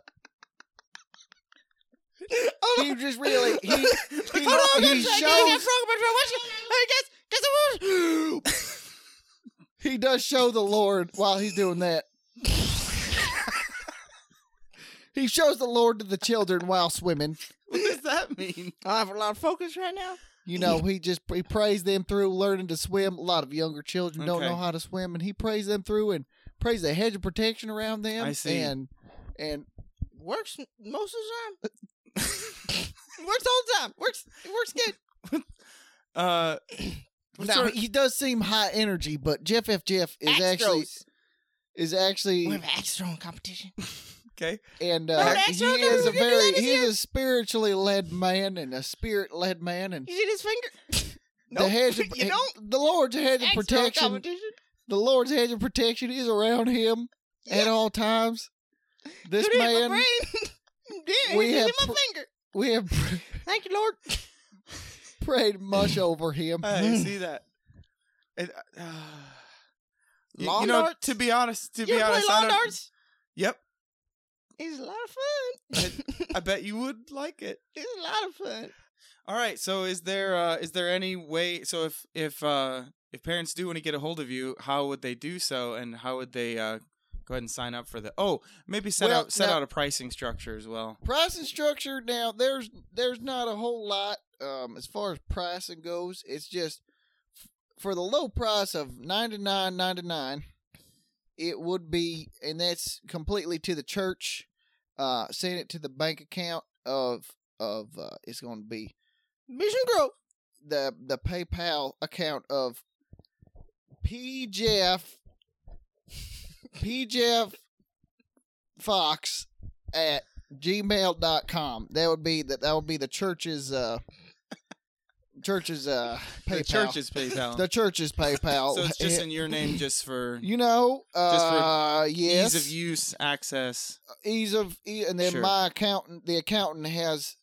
Oh,
he just really he he,
Hold on,
he
that's- I think
shows
that's wrong, but watch it. Hey, guys, guys, I'm wrong.
he does show the Lord while he's doing that. he shows the Lord to the children while swimming.
What does that mean?
I have a lot of focus right now.
You know, he just he prays them through learning to swim. A lot of younger children don't
Okay.
know how to swim, and he prays them through and prays a hedge of protection around them.
I see.
And and
Works m- most of the time. works all the time. Works. It works good.
Uh what
now
sort of-
he does seem high energy, but Jeff F. Jeff is actually
Astros.
is actually
we have an Astro competition.
okay.
and
We're
uh,
an
he
Astros, dude,
is
we're
a
gonna do
very
that this
he
year.
is a spiritually led man and a spirit led man and
You see this finger?
the
Nope.
hedge of,
You
and
don't.
the Lord's hedge of
Astro
protection
competition.
the Lord's hedge of protection is around him at
Yeah.
all times. This
Put it in
man
my brain. yeah,
we
we
have
have my
pr-
finger.
we have
Thank you, Lord.
prayed much over him.
Uh.
I see that. It, uh, you, you
Lawn
know,
darts?
to be honest, to
You
be
ever play
honest, I
lawn
don't,
darts?
Yep,
It's a lot of fun.
I bet you would like it.
it's a lot of fun.
All right. So is there uh, is there any way? So if if uh, if parents do want to get a hold of you, how would they do so, and how would they uh, go ahead and sign up for the? Oh, maybe set
Well,
out set
now-
out a pricing structure as well.
Pricing structure now there's there's not a whole lot um as far as pricing goes. It's just f- for the low price of ninety nine ninety nine, it would be and that's completely to the church. Uh send it to the bank account of of uh it's gonna be
Mission Grove.
the the PayPal account of P Jeff P Jeff Fox at gmail.com. That would be that that would be the church's uh church's uh PayPal.
The church's PayPal.
the church's PayPal.
Oh. so it's just in your name, just for
you know,
for
uh, yes,
ease of use, access.
ease of e- and then
Sure.
my accountant the accountant has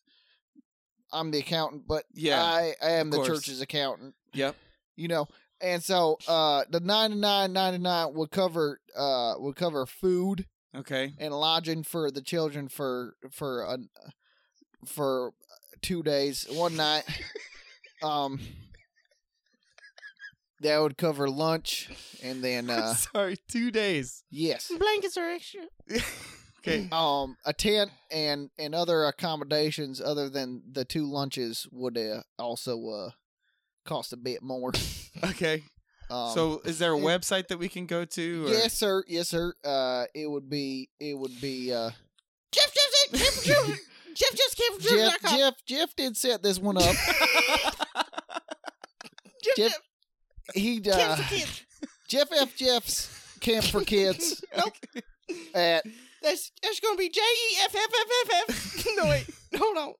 I'm the accountant, but
Yeah.
I, I am the
course.
church's accountant.
Yep.
You know, And so uh the 99.99 would cover uh would cover food
Okay.
and lodging for the children for for a, for 2 days, one night. um that would cover lunch and then uh
Sorry, two days.
yes.
Blankets are extra.
Okay.
um a tent and and other accommodations other than the two lunches would uh, also uh cost a bit more
Okay.
um,
so is there a
it-
website that we can go to? Or?
yes sir yes sir uh it would be it would be uh
Jeff just said, Jeff, Jeff, Jeff just came from
jeff
Jeff.com.
jeff jeff did set this one up
Jeff,
jeff
Jeff,
he
Jeff
uh,
for kids.
jeff f jeff's camp for kids
Nope.
at
That's that's gonna be J E F F F F F. No wait, hold on.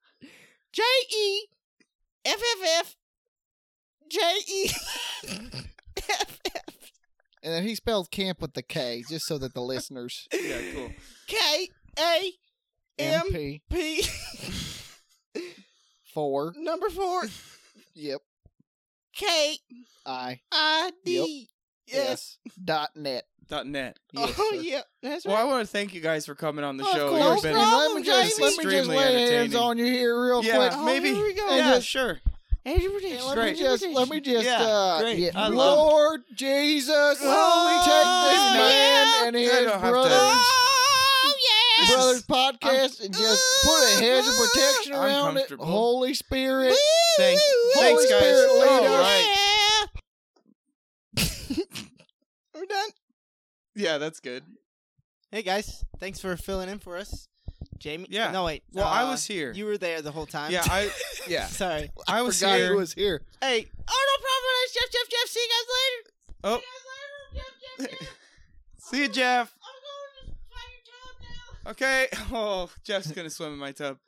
J E F F F J E.
and then he spelled camp with the k just so that the listeners
Yeah, cool.
K A M
mp
P
four
number four
yep
K
i
I D.
yes dot net
Dot net.
yes,
oh
sir.
yeah, that's
Well,
right.
I want to thank you guys for coming on the
Of
show.
course,
You've been-
no problem.
let me just let me
Jamie.
just lay hands
Extremely
on you here real
Yeah.
quick.
Oh,
maybe-
Here we go.
yeah,
just-
sure.
Hey, here it is.
Let me just let me just
Yeah,
uh
great.
yeah.
I love it.
Lord Jesus,
Well,
we take this
yeah.
man and
I
his
don't have to-
brothers
Oh, yes.
brothers podcast and just put a hedge of protection
I'm
around it.
comfortable.
Holy Spirit.
Thank-
Holy
thanks, guys.
Spirit, lead
All
Oh,
us.
right.
We're done.
Yeah, that's good.
Hey guys, thanks for filling in for us, Jamie.
Yeah.
No wait.
Well, I
uh,
was here.
You were there the whole time.
yeah, I yeah
Sorry.
I was
Forgot
here.
he was here.
Hey,
Oh, no problem. That's Jeff, Jeff, Jeff. See you guys
oh,
later. See you guys later. Jeff, Jeff, Jeff.
see you, Jeff.
I'm going to find your job
Okay.
now.
Oh, Jeff's gonna swim in my tub.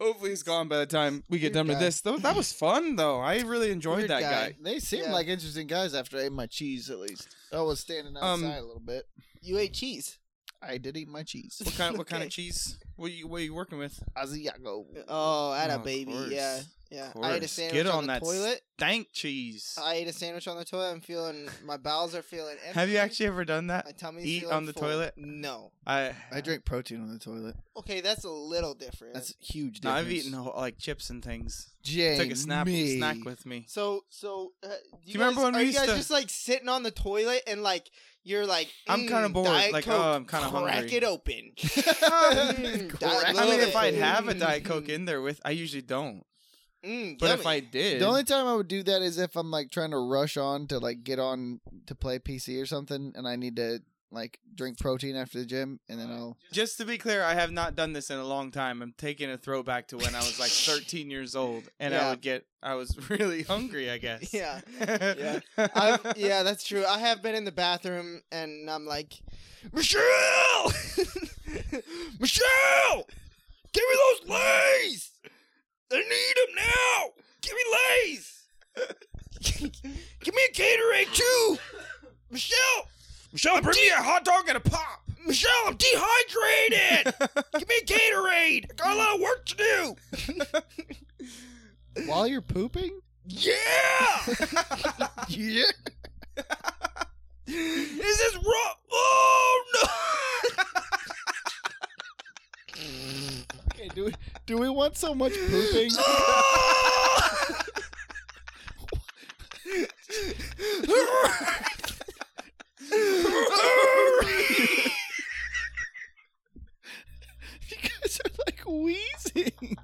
Hopefully he's gone by the time we get
Weird
done with
guy.
this. Though that was fun though. I really enjoyed
Weird
that guy.
They seem
Yeah.
like interesting guys after I ate my cheese at least. I was standing outside
Um,
a little bit.
you ate cheese.
I did eat my cheese.
What kind? What kind of
Okay.
cheese? What you What you working with?
Asiago.
Oh, I had
Oh,
a
of
baby.
course.
Yeah, yeah. I ate a
course.
sandwich
Get
on,
on
the
that s-
toilet.
Dank cheese.
I ate a sandwich on the toilet. I'm feeling my bowels are feeling. Empty.
Have you actually ever done
My
that?
tummy's
eat
feeling
on the
full.
toilet?
No.
I
I drink protein on the toilet.
Okay, that's a little different.
That's a huge.
No,
Difference.
I've eaten whole- like chips and things.
Jamie.
Took a snap snack with me.
so so. Uh, do you,
you remember
guys,
when we
are you
used
guys
to-
just like sitting on the toilet and like you're like
I'm
mm,
kinda bored,
Diet
like,
Coke,
oh, I'm kinda
crack
hungry.
it open.
Mm,
Diet-
I mean,
Love
if
it.
I'd have a diet
Mm.
coke in there with, I usually don't.
Mm,
But if
yummy.
I did,
The only time I would do that is if I'm like trying to rush on to like get on to play PC or something, and I need to like drink protein after the gym, and then I'll.
just to be clear, I have not done this in a long time. I'm taking a throwback to when I was like 13 years old, and I
Yeah.
would get, I was really hungry, I guess.
Yeah.
yeah.
I've, yeah, that's true. I have been in the bathroom and I'm like, Michelle, Michelle, give me those lays. I need them now. Give me lays. give me a Gatorade too, Michelle.
Michelle, bring me a hot dog and a pop.
Michelle, I'm dehydrated. give me a Gatorade. I got a lot of work to do.
While you're pooping.
Yeah,
Yeah.
this is wrong. Oh
Okay, do we do we want so much pooping? you guys are like wheezing.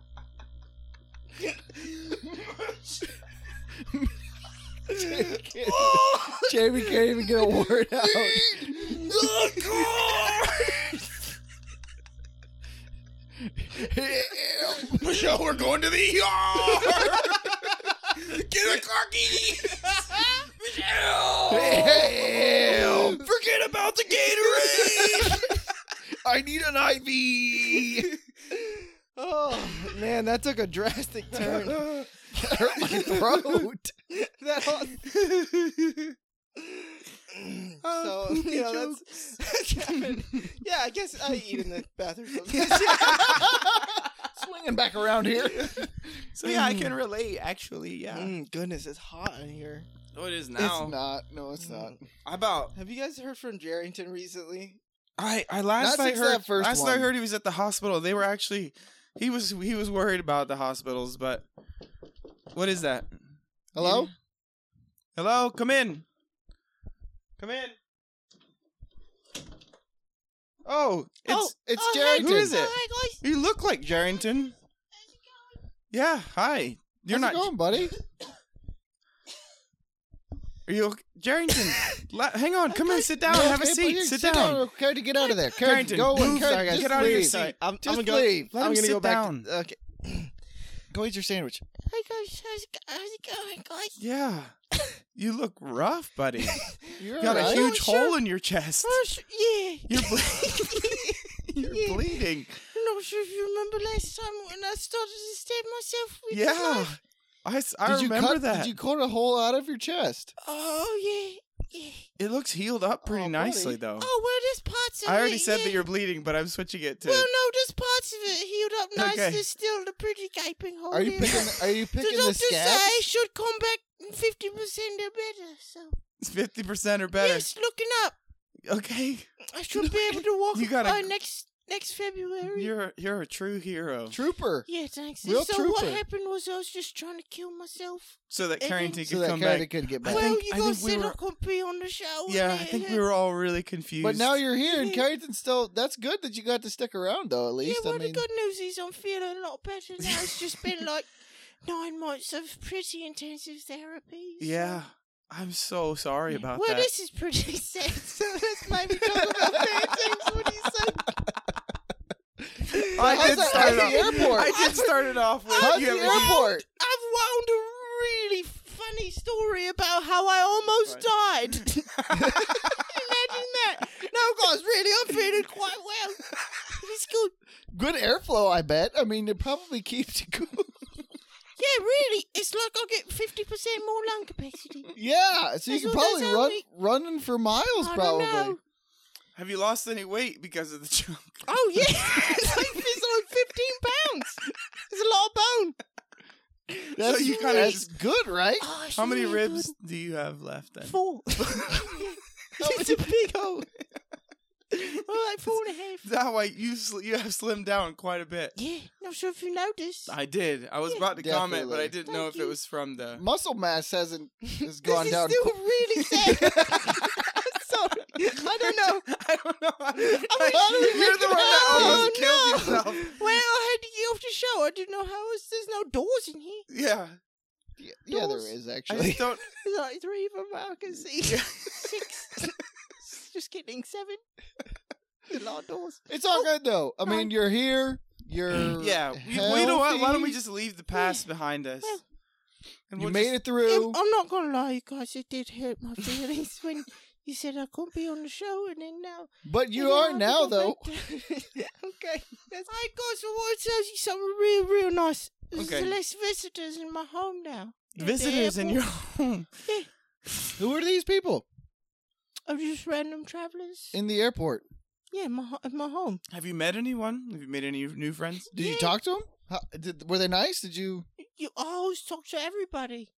Jamie can't even get a word out.
Michelle, we're going to the
E
ER. Get a car keys.
Help!
Forget about the Gatorade.
I need an IV.
Oh man, that took a drastic turn.
That hurt my throat.
that all... so you know that's, that's happened. Yeah, I guess I eat in the bathroom. sometimes.
Swinging back around here.
so yeah, I can relate. Actually, yeah.
Mm, goodness, it's hot in here.
Oh, it is now.
Mm. It's not. No, Mm. it's not.
I about
Have you guys heard from Jerrington recently?
I I last
Not
I
since
heard
that first
last I
one.
heard he was at the hospital. They were actually he was he was worried about the hospitals, but what is that?
Hello?
Hello, come in. Come in. Oh, it's
It's, it's
oh,
Jerrington.
Who is
hey,
it?
Oh, hey, guys.
you look like Jarrington. Yeah, hi. You're
How's
not
it going, buddy?
Are you okay? Jarrington? la- hang on, come in, sit down,
You
have a
okay,
seat.
buddy?
Sit,
sit
down.
Carrington, get out of there. Carrington,
Carrington,
go away.
move.
Carrington,
Sorry, guys,
just
get out of your
leave.
seat.
Sorry, I'm,
Just
I'm gonna
leave.
go.
Let
I'm
him
gonna
sit
go back.
down.
To, okay.
Go eat your sandwich.
Hey, guys. Oh How's it, how's it going, guys?
Yeah. You look rough, buddy.
You're
You got a
alright?
huge
Oh, sure.
hole in your chest.
Oh, sh- yeah.
You're, ble-
Yeah.
You're bleeding.
I'm not sure if you remember last time when I started to stab myself with the
Yeah.
knife.
I, s- I
did you
remember
cut,
that.
Did you cut a hole out of your chest?
Oh, yeah. Yeah.
It looks healed up pretty
Oh,
nicely,
buddy.
though.
Oh, well, this part's of
I
it,
already said
yeah.
that you're bleeding, but I'm switching it to.
Well, no, this part's of it healed up nice.
Okay.
There's still the pretty gaping
Oh,
hole.
Are you
there.
picking? Are you
The
picking the
doctor said I
scabs?
should come back in 50% or better, so.
It's 50% or better.
Yes, looking up.
Okay.
I should be able to walk
You gotta-
by next next February.
You're you're a true hero.
Trooper.
Yeah, thanks.
Real
so what
trooper.
happened was I was just trying to kill myself.
So that
Okay.
Carrington
So
could
that
come
Carrington
back.
could get
I
back.
well,
think-
you
I
guys
think we
said
were-
I could be on the show.
Oh,
Yeah, I think we were all really confused.
But now you're here, and
Yeah.
Carrington's still. That's good that you got to stick around, though. At
Yeah,
least
well,
I mean,
the good news is I'm feeling a lot better now. it's just been like nine months of pretty intensive therapy. so-
Yeah. I'm so sorry
Mm.
about
well,
that.
this is pretty sad. So let's maybe talk about bad things. What do you say?
I
How's
did
that-
start
how's
it
the
off.
airport?
I did start it off with
how's
you
the
have a-
airport?
I've wound a really funny story about how I almost died. Imagine that. No, guys, really, I'm feeling quite well. It's good.
Good airflow, I bet. I mean, it probably keeps you cool.
Yeah, really. It's like I get 50% more lung capacity.
yeah, so you can
That's what-
probably
that's how
run
we-
running for miles,
I
probably.
don't know.
Have you lost any weight because of the junk?
Oh, yeah. it's like it's like 15 pounds. It's a lot of bone.
That's,
you kinda
that's
just-
good, right?
Oh, it's
How many
really
ribs do you have left then?
good. Four. it's a big hole. well, like four and a half.
That way you sl- you have slimmed down quite a bit.
Yeah, not sure if you noticed.
I did. I was about to comment, but I didn't know
Thank
if it
you.
was from the.
Muscle mass hasn't has gone
this
down.
is still really sad. I'm sorry. I don't know.
I don't know. How to,
like, how do we
you're
make
the
it
one that
out?
almost
Oh,
killed
no.
yourself.
Well, I had to get off the show. I didn't know how else. There's no doors in here.
Yeah,
Yeah, yeah, there
Doors.
is
I
actually.
just don't.
There's like three of them I can see. Six. Just kidding. Seven. There's a lot of doors.
It's all good though. I mean, you're here. You're
Yeah, we,
healthy.
you know what? Why don't we just leave the past behind us?
Well,
And
You
we'll
made
just-
it through.
If- I'm not gonna lie, you guys. It did hurt my feelings when you said I couldn't be on the show, and then now
But you
Yeah,
are
I
now,
think I'll
though.
make that. okay. That's... I guys, I want to tell you something real, real nice. There's
Okay.
less visitors in my home now. At the
visitors in your
airport.
home.
Yeah,
Who are these people
I'm Oh, just random travelers.
in the airport?
Yeah, my ho- at my home.
Have you met anyone? Have you made any new friends?
Did you
Yeah.
talk to them? How, did, were they nice? Did you?
You always talk to everybody.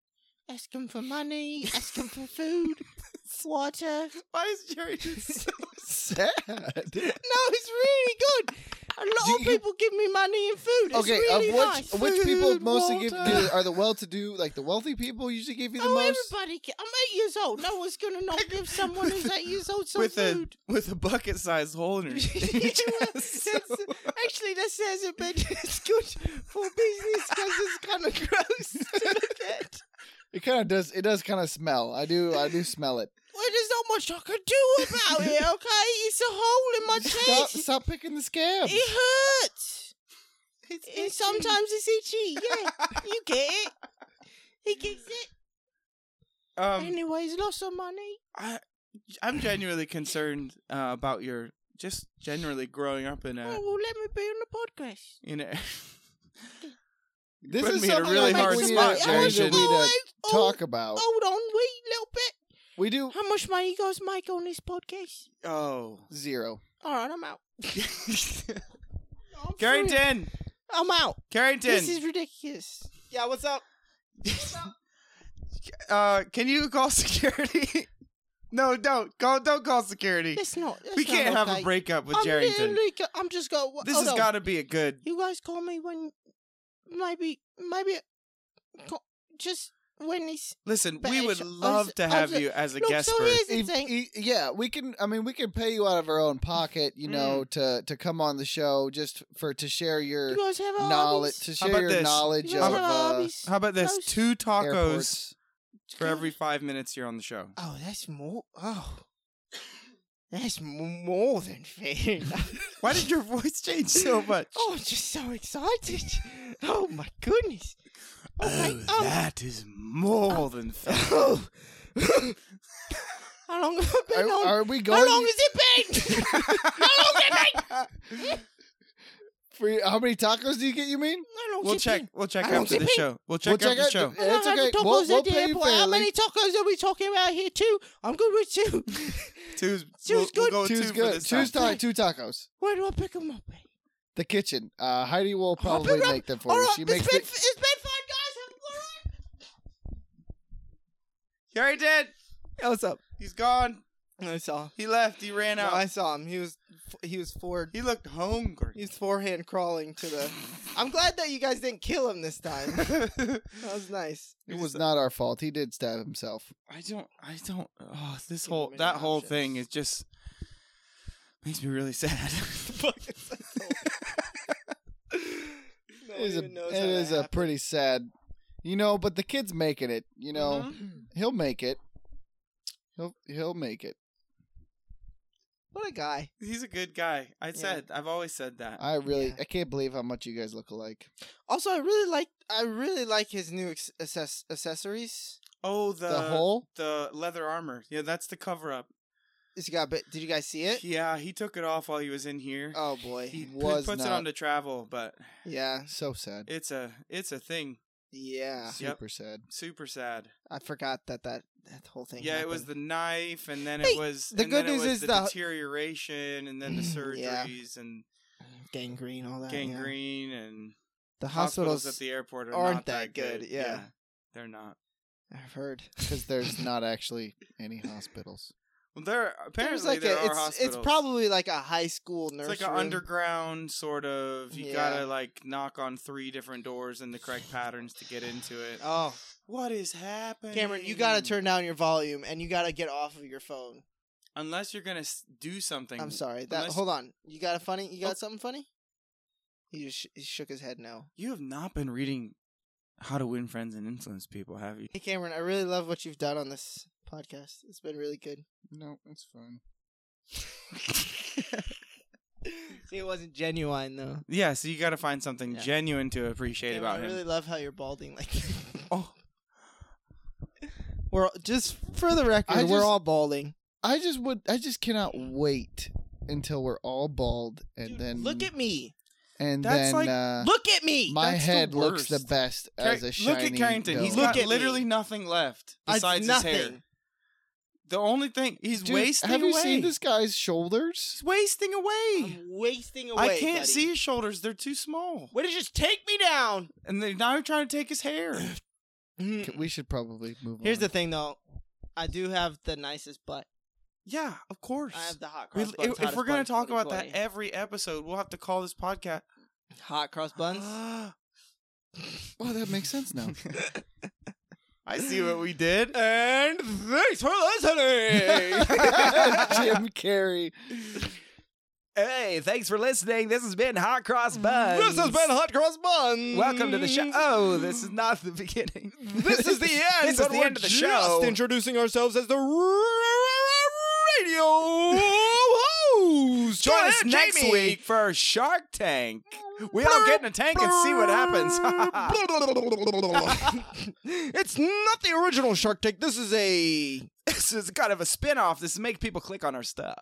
Ask them for money. ask them for food, water.
Why is Jerry just so
Sad.
No, it's really good. A lot
Do
of
you-
people give me money and food. It's
okay, uh,
really
of which
nice.
which people
Food,
mostly give
water.
do, are the well-to-do? Like the wealthy people usually give you the
Oh,
most.
everybody! ca- I'm eight years old. No one's gonna not give someone who's eight years old some
with a
food.
with a bucket sized hole in her in
Yeah,
your
well,
chest?
that's- actually, that says a bit. It's good for business because it's kind of gross to look at.
It kind of does. It does kind of smell. I do. I do smell it.
Well, there's not much I can do about it. Okay, it's a hole in my
Stop,
chest.
stop picking the scabs.
It hurts. and sometimes it's itchy. Yeah, you get it. He gets it.
Um,
Anyways, lost some money.
I I'm genuinely concerned uh, about your just generally growing up
uh,
in
Oh,
a
well, let me be on the podcast.
in a.
This
put
is
me in a
something
really
I think
hard
we need
spot,
to-
Jerry.
we need to-
Should
we
we
need
Oh,
to
oh,
talk about.
Hold on, wait a little bit.
We do
How much money you guys make on this podcast?
oh,
zero.
All right, I'm out. I'm through.
Carrington,
I'm out.
Carrington.
This is ridiculous.
Yeah, what's up?
uh, can you call security? no, don't call. Don't call security.
It's not. It's
We can't have
not
a
okay.
breakup with
I'm
Jerrington.
literally go- I'm just going.
This has got to be a good.
You guys call me when, maybe, maybe, call, just when he's.
Listen,
But
we
I
would
sh- I was-
love to
I
have
was-
you as a
Look,
guest.
so
for-
here's the
If-
thing.
e- yeah, we can. I mean, we can pay you out of our own pocket, you know, to to come on the show just for to share your
Mm. You guys have a
knowledge, to
about
share your
this?
knowledge
You
of
guys have
uh,
hobbies?
How about this?
Those
Two tacos
airports.
for every five minutes you're on the show.
Oh, that's more. Oh, that's m- more than fair. enough.
Why did your voice change so much?
oh, I'm just so excited. Oh my goodness. Okay. um,
Oh, that is more than
Oh. How long have I been
Are,
on?
are we
How
going?
long has it been?
for you- how many tacos do you get? You mean?
How long
We'll
has it
check.
been?
We'll check
I don't
after the
think-
show. We'll check
We'll
after the show.
I don't
It's
have
okay.
the tacos
We'll, we'll
at the
pay you
airport. How many
fairly.
tacos are we talking about here? Two. I'm good with two.
Two's, we'll,
Two's
we'll
good.
go with two
Two's
for
good.
this
Two's
time.
ta- two tacos.
Where do I pick them up? at?
The kitchen. Uh, Heidi will probably
pick it up.
make them for
All
you.
right,
She
it's been,
makes
it's
the-
been fun, guys. Have a good one.
You're already dead.
What's up?
He's gone.
I saw.
He left. He ran
No,
out.
I saw him. He was he was four
He looked hungry.
He's forehand crawling to the. I'm glad that you guys didn't kill him this time. That was nice.
It was not our fault. He did stab himself.
I don't. I don't. Oh, this
Give
whole
him
that
any
whole
options.
thing is just makes me really sad.
No
it is a,
one even knows
it
how that
is a
happened.
pretty sad, you know. But the kid's making it. You know, he'll make it. He'll he'll make it.
What a guy.
He's a good guy. I said. I've always said that.
I really
Yeah.
I can't believe how much you guys look alike.
Also, I really like I really like his new ex- assess- accessories.
oh, the
The hole.
the leather armor. Yeah, that's the cover up.
Is he got? But did you guys see it?
Yeah, he took it off while he was in here.
Oh boy.
he p-
was
puts it
not.
on to travel, but
Yeah.
So sad.
it's a it's a thing.
Yeah.
Yep.
Super sad.
Super sad.
I forgot that that that whole thing.
Yeah, it was the
happened.
knife, and then
Hey,
it was
the
and
good
then it
news
was
is
the,
the-
deterioration, and then the
Yeah.
surgeries and
gangrene, all that. yeah.
gangrene, and
The
hospitals,
hospitals.
at the airport are
aren't
not that
that
good.
good, yeah.
they're not.
I've heard.
Because there's not actually any hospitals.
Well, there apparently
There's like
there
a,
are
it's
hospitals.
it's probably like a high school
It's
nursery.
like an underground sort of. You
Yeah.
gotta like knock on three different doors in the correct patterns to get into it.
Oh,
What is happening,
Cameron, you gotta turn down your volume and you gotta get off of your phone.
Unless you're gonna s- do something.
I'm sorry. That
Unless-
hold on. You got a funny? You
Oh.
got something funny? He just sh- he shook his head no.
You have not been reading How to Win Friends and Influence People, have you?
Hey Cameron, I really love what you've done on this podcast. It's been really good.
No, it's fine.
See, it wasn't genuine though.
Yeah, so you got to find something
Yeah.
genuine to appreciate
Cameron,
about
I
him.
really love how you're balding. Like,
Oh.
we're all- just for the record,
I
we're
just-
all balding.
I just would. I just cannot wait until we're all bald, and
Dude,
then
look at me.
and
That's
then
like-
uh,
Look at me.
my
that's the
head looks the
worst.
best
Car-
as a shiny.
look at Carrington. He's
dough.
Look
got
at me.
literally nothing left
It's
besides his hair.
nothing.
The only thing he's
Dude,
wasting
Have you
away.
seen this guy's shoulders?
He's wasting away.
I'm wasting away.
I can't
Um, buddy.
see his shoulders. They're too small.
Would it just take me down?
And they now you're trying to take his hair. Mm-hmm.
C- We should probably move on.
Here's the thing, though. I do have the nicest butt.
yeah, of course.
I have the hot
We-
cross buns.
if, if we're gonna
going to
talk about that every episode, we'll have to call this podcast.
hot cross buns.
Well, that makes sense now.
I see what we did.
And thanks for listening.
Jim Carrey.
Hey, thanks for listening. This has been Hot Cross Buzz.
this has been Hot Cross Buns.
Welcome to the show. Oh, this is not the beginning.
This is the end.
This is
but
the
we're
end of the
just
show.
introducing ourselves as the r- r- r- radio host.
Join us
Jamie.
next week for Shark Tank. We all get in a tank and see what happens.
it's not the original Shark Tank. This is a
this is kind of a spin off. This make people click on our stuff.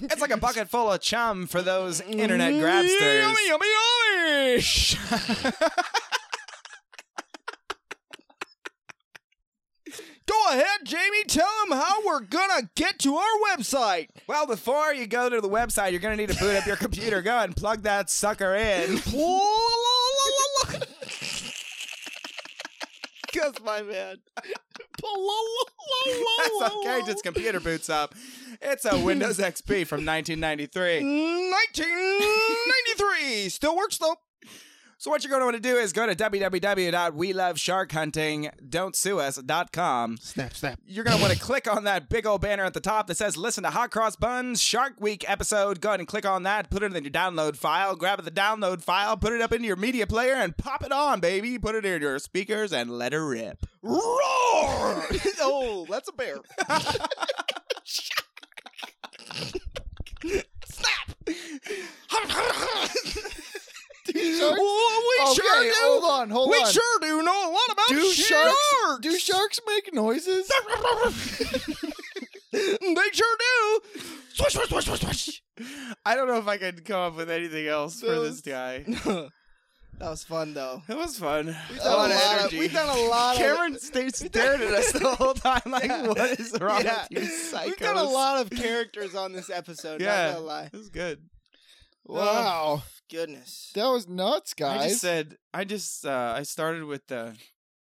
It's like a bucket full of chum for those internet
Mm-hmm.
Mm-hmm.
grabsters.
Yummy, yummy, yummy. Go ahead, Jamie. Tell them how we're gonna get to our website.
Well, before you go to the website, you're going to need to boot up your computer. Go ahead and plug that sucker in.
Kiss my man.
That's the Cajun's computer boots up. It's a Windows XP from 1993. 1993 still works though. So what you're going to want to do is go to www.welovesharkhuntingdon'tsueus.com.
Snap, snap.
You're going to want to click on that big old banner at the top that says "Listen to Hot Cross Buns Shark Week episode." Go ahead and click on that. Put it in your download file. Grab the download file. Put it up into your media player and pop it on, baby. Put it in your speakers and let her rip. Roar!
oh, that's a bear.
Sharks?
we
okay,
sure do.
hold on, hold
we
on.
sure do know a lot about
do
sharks.
sharks, do sharks make noises?
they sure do. Swish, swish, swish, swish, swish.
I don't know if I could come up with anything else for this guy.
that was fun though.
It was fun.
We've
A
done
lot
a
of
lot of-
energy.
we've done a lot of
Karen stayed stared at us the whole time like, what is wrong
Yeah.
with you psychos?
We've got a lot of characters on this episode.
Yeah.
Not gonna lie.
It was good.
Wow,
Goodness.
that was nuts, guys.
I just said, I just, uh, I started with the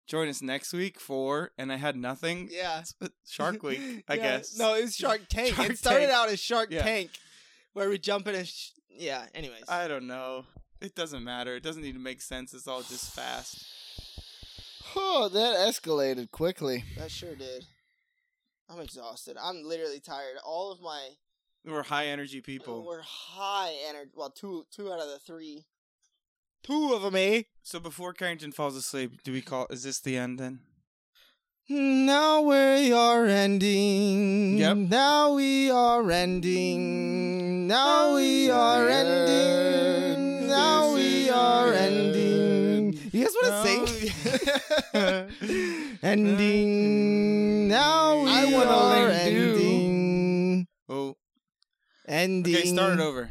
join us next week for, and I had nothing.
Yeah.
Shark Week, I
Yeah.
guess.
No, it was Shark Tank.
Shark
it started
Tank.
out as Shark
Yeah.
Tank, where we jump in and sh- yeah. Anyways,
I don't know. It doesn't matter. It doesn't need to make sense. It's all just fast.
oh, that escalated quickly.
that sure did. I'm exhausted. I'm literally tired. All of my
We're high energy people.
we're high energy. Well, two two out of the three, two of them, eh?
So before Carrington falls asleep, do we call? Is this the end then?
Now we are ending.
Yep.
Now we are ending. Now we are ending. Now we are ending. You guys want to sing? ending. Now we
I wanna
are
link do.
ending.
Oh,
Ending.
okay. Start it over.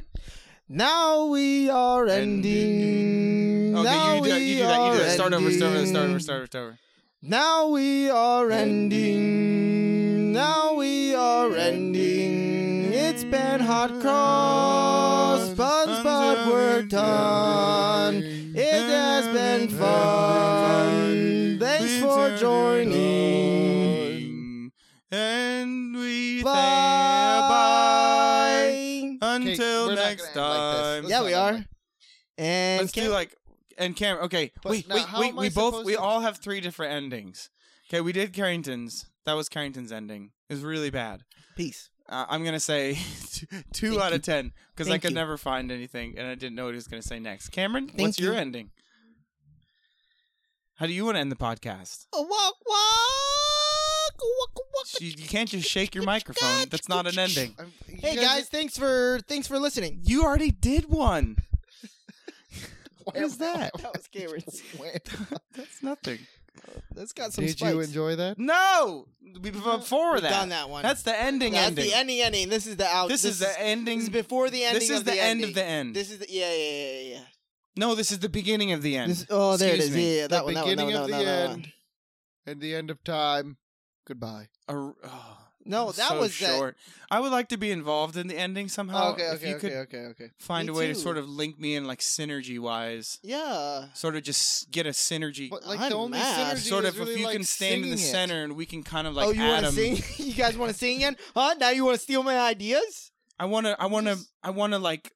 Now we are ending.
Okay,
now
you do that.
we
You do that. You do
are
that. Start over. Start over. Start over.
ending.
Start over. Start over.
Now we are ending. Now we are ending. It's been hot cross, buns, but we're done. It has been fun. Thanks for joining.
And we say bye
Bye.
until
we're not
next
gonna end like this.
time.
Let's
Yeah, we
not
are.
end
And
Let's do
Cam-
like and Cam. Okay,
But
wait,
now,
wait,
how
wait.
am I
We both
supposed
we
to-
all have three different endings. Okay, we did Carrington's. That was Carrington's ending. It was really bad.
peace.
Uh, I'm gonna say two
Thank
out
you.
of ten because I
Thank
could
you.
never find anything, and I didn't know what he was gonna say next. Cameron,
Thank
what's your
you.
ending? How do you want to end the podcast?
Walk, walk, walk, walk.
You, you can't just shake your microphone. That's not an ending.
I'm- you
Hey guys, thanks for thanks for listening.
You already did one.
What
is that?
That was Cameron's.
That's nothing.
That's got some
Did
spikes.
you enjoy that?
No, we before
We've
that.
done that one.
That's the ending.
That's
ending.
the ending ending. This is the out.
This, is the ending.
This is before the ending.
This is
of
the, end
ending.
of the end.
This is the yeah yeah yeah yeah.
no, this is the beginning of the
yeah.
end.
This, oh, there
Excuse
it is.
me.
Yeah, yeah, that
the
one. That one. That
beginning
one. That
of
one.
the
That one.
end. And the end of time. Goodbye.
A r- oh,
No, that
so
was
short. I would like to be involved in the ending somehow.
okay,
Oh, if
okay,
you
okay,
could
okay, okay.
find
Me
a way
too.
to sort of link me in, like synergy wise,
that. Yeah.
sort of just get a synergy.
But like
I'm
the only
mad.
synergy
sort
is
of
really,
if you
like,
can stand in the
singing it.
center and we can kind of like
oh, you want
Adam.
to sing? you guys want to sing again? Huh? Now you want to steal my ideas?
I want to. I want to.
Just
I want to like.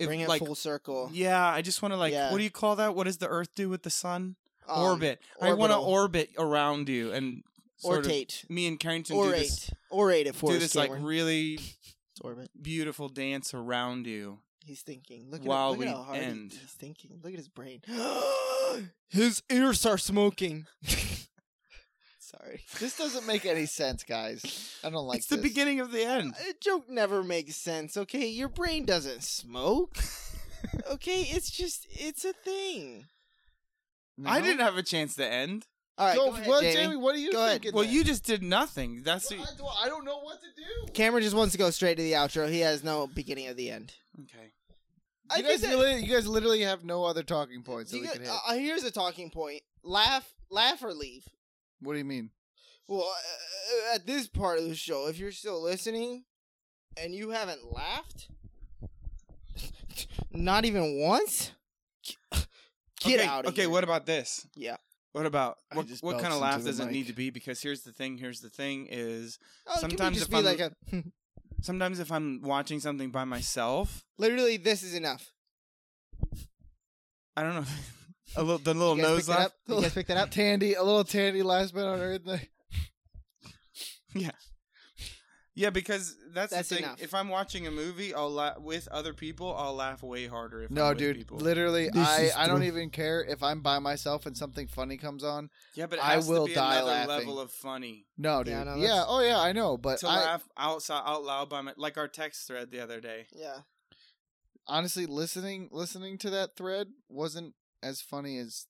If,
Bring it
like,
full circle.
Yeah, I just want to like.
Yeah.
What do you call that? What does the Earth do with the sun?
Um,
orbit. I want to
orbital.
orbit around you and sort of-
Orate.
me and Carrington do this.
Orate. Orate it for
Do
us,
this like
Cameron.
really
It's orbit.
beautiful dance around you.
He's thinking. Look at
While
him. Look
we
at how hard he-
end.
he's thinking. Look at his brain. his ears are smoking. Sorry.
This doesn't make any sense, guys. I don't like
it's the
this.
beginning of the end.
A joke never makes sense. Okay, your brain doesn't smoke. okay, it's just it's a thing.
I
No?
didn't have a chance to end.
All right,
Go-
go ahead,
well,
Jamie.
Jamie, what do you
Go ahead.
think?
Well, you just did nothing. That's
I
the-
don't- I don't know what to do.
Cameron just wants to go straight to the outro. He has no beginning of the end.
okay.
I
You guys,
think that-
literally, you guys literally have no other talking points that
You
we
got-
can hit.
uh, here's a talking point: laugh, laugh or leave.
what do you mean?
Well, uh, at this part of the show, if you're still listening and you haven't laughed, not even once, get
okay,
out of
Okay,
here.
what about this?
Yeah.
What about
I
what,
just
what kind
belched
of laugh
into the
does it need
mic.
to be? Because here's the thing. Here's the thing is
Oh, it can be
Sometimes
just
if
be
I'm-
like a
sometimes if I'm watching something by myself,
literally this is enough.
I don't know. a little the little
You guys pick
nose
that
laugh.
up? You guys pick that up?
Tandy, a little Tandy last bit on everything.
Yeah, because that's,
That's
the thing.
enough.
If I'm watching a movie, I'll la- with other people, I'll laugh way harder. If I'm
No,
with
dude,
people.
literally,
This
I
is
I don't
true.
even care if I'm by myself and something funny comes on.
yeah, but it
I
has
will
to be
die
another
laughing.
level of funny.
No, dude,
Yeah,
yeah,
no, that's-
oh yeah, I know, but
to
I
laugh outside out loud by my like our text thread the other day.
Yeah.
honestly listening listening to that thread wasn't as funny as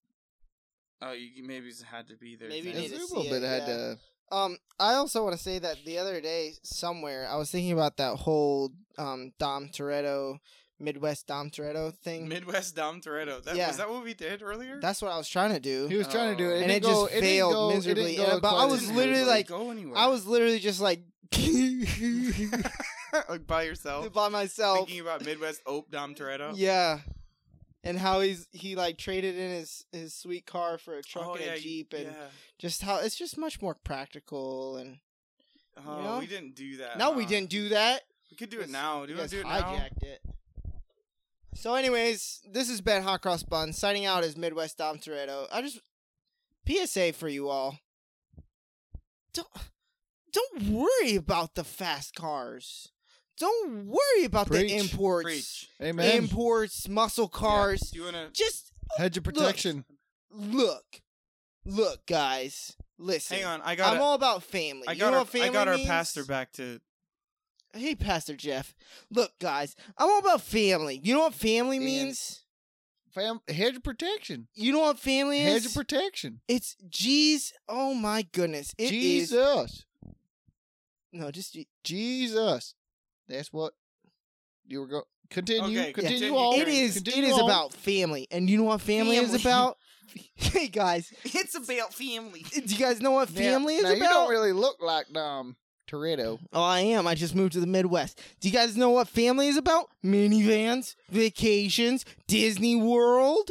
Oh, you you maybe just had to be there.
Maybe You
as
need
a
to
little
see
bit
it,
had
yeah.
to.
Um, I also want to say that the other day somewhere I was thinking about that whole um Dom Toretto, Midwest Dom Toretto thing.
Midwest Dom Toretto. That,
Yeah.
Was that what we did earlier?
That's what I was trying to do.
He was trying to do it,
Oh.
And it
didn't go-
just
didn't
failed
go- it didn't
miserably,
go
and- but I
according
was
to
Didn't
plan.
literally
really
like-
go anywhere.
I was literally just like by
like by yourself
myself.
thinking about Midwest Ope Dom Toretto.
Yeah. And how he's he like traded in his his sweet car for a truck
Oh,
and
yeah,
a jeep and
yeah.
just how it's just much more practical and
Oh,
know?
we didn't do that.
no we
huh?
didn't do that.
We could do it now. Do you want to do it now?
hijacked it. So, anyways, this is Ben Hot Cross Bun signing out as Midwest Dom Toretto. I just PSA for you all. Don't don't worry about the fast cars. Don't worry about
Preach.
the imports,
Preach.
Amen.
imports, muscle
Yeah.
cars.
Do you want to
Just
Hedge of protection.
look, look, guys. Listen,
hang on? I got.
I'm
a-
all about family.
I
You
got
know
our,
what family
I got our
means?
pastor back to.
Hey, Pastor Jeff. Look, guys, I'm all about family. You know what family
And-
means?
Fam- hedge of protection.
You know what family
Hedge of
is?
protection.
it's G's. Oh my goodness. It is
Jesus,
No, just G-
Jesus. That's what you were going. Continue.
Okay,
continue
continue.
on.
it is
Continue
it is
on.
about family. And you know what family,
Family.
is about? hey guys,
It's about family.
do you guys know what
Now-
family is
now,
about?
You don't really look like Dom Toretto.
oh, I am. I just moved to the Midwest. Do you guys know what family is about? Minivans, vacations, Disney World,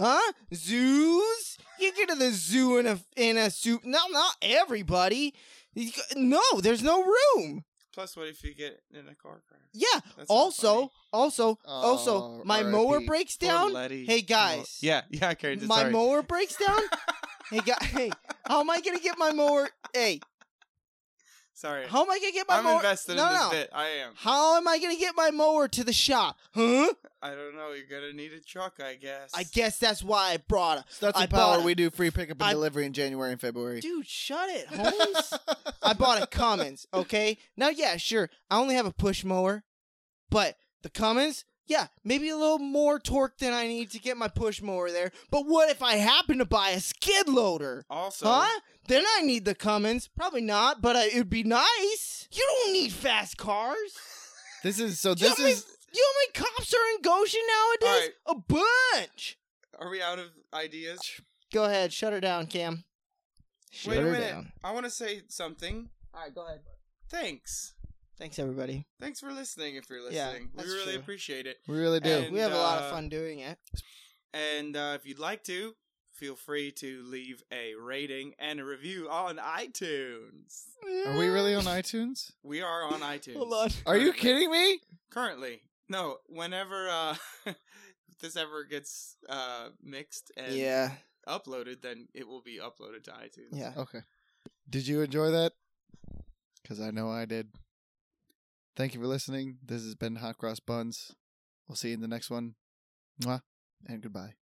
huh? Zoos. You go to the zoo in a in a soup. No, not everybody. You go- No, there's no room.
Plus, what if you get in a car crash?
Yeah.
That's not
also,
funny.
also, also,
Oh,
my
RIP.
mower breaks
Poor
down.
Letty.
Hey guys,
Yeah, yeah, I carried this.
my
sorry.
mower breaks down. hey guy, hey, how am I gonna get my mower? Hey,
Sorry.
how am I gonna get my
I'm
mower?
invested
no,
in this
no.
bit. I am.
How am I gonna get my mower to the shop? Huh?
I don't know. You're gonna need a truck, I guess.
I guess that's why I brought a
That's
I
the power.
bought a-
We do free pickup and
I-
delivery in January and February.
dude. Shut it, Holmes. I bought a Cummins. Okay, now yeah, sure. I only have a push mower, but the Cummins, yeah, maybe a little more torque than I need to get my push mower there. But what if I happen to buy a skid loader?
Also,
huh? Then I need the Cummins. Probably not, but I, it'd be nice. You don't need fast cars.
This is so.
You know
This
how many-
is
You know how many cops are in Goshen nowadays? A bunch.
are we out of ideas?
Go ahead, shut her down, Cam. Shut
Wait a
her
minute.
down.
I want to say something.
All right, go ahead.
Thanks.
Thanks, everybody.
Thanks for listening. If you're
Yeah,
listening, we
that's
really
true.
appreciate it.
we really do.
And,
we have a lot of
uh,
fun doing it.
And uh, if you'd like to, feel free to leave a rating and a review on iTunes.
Are we really on iTunes?
We are on iTunes.
Hold on.
Are you
Currently.
kidding me?
Currently, no. Whenever uh, this ever gets uh, mixed and
Yeah,
uploaded, then it will be uploaded to iTunes.
yeah.
Okay. Did you enjoy that? Because I know I did. Thank you for listening. This has been Hot Cross Buns. We'll see you in the next one. Mwah. And goodbye.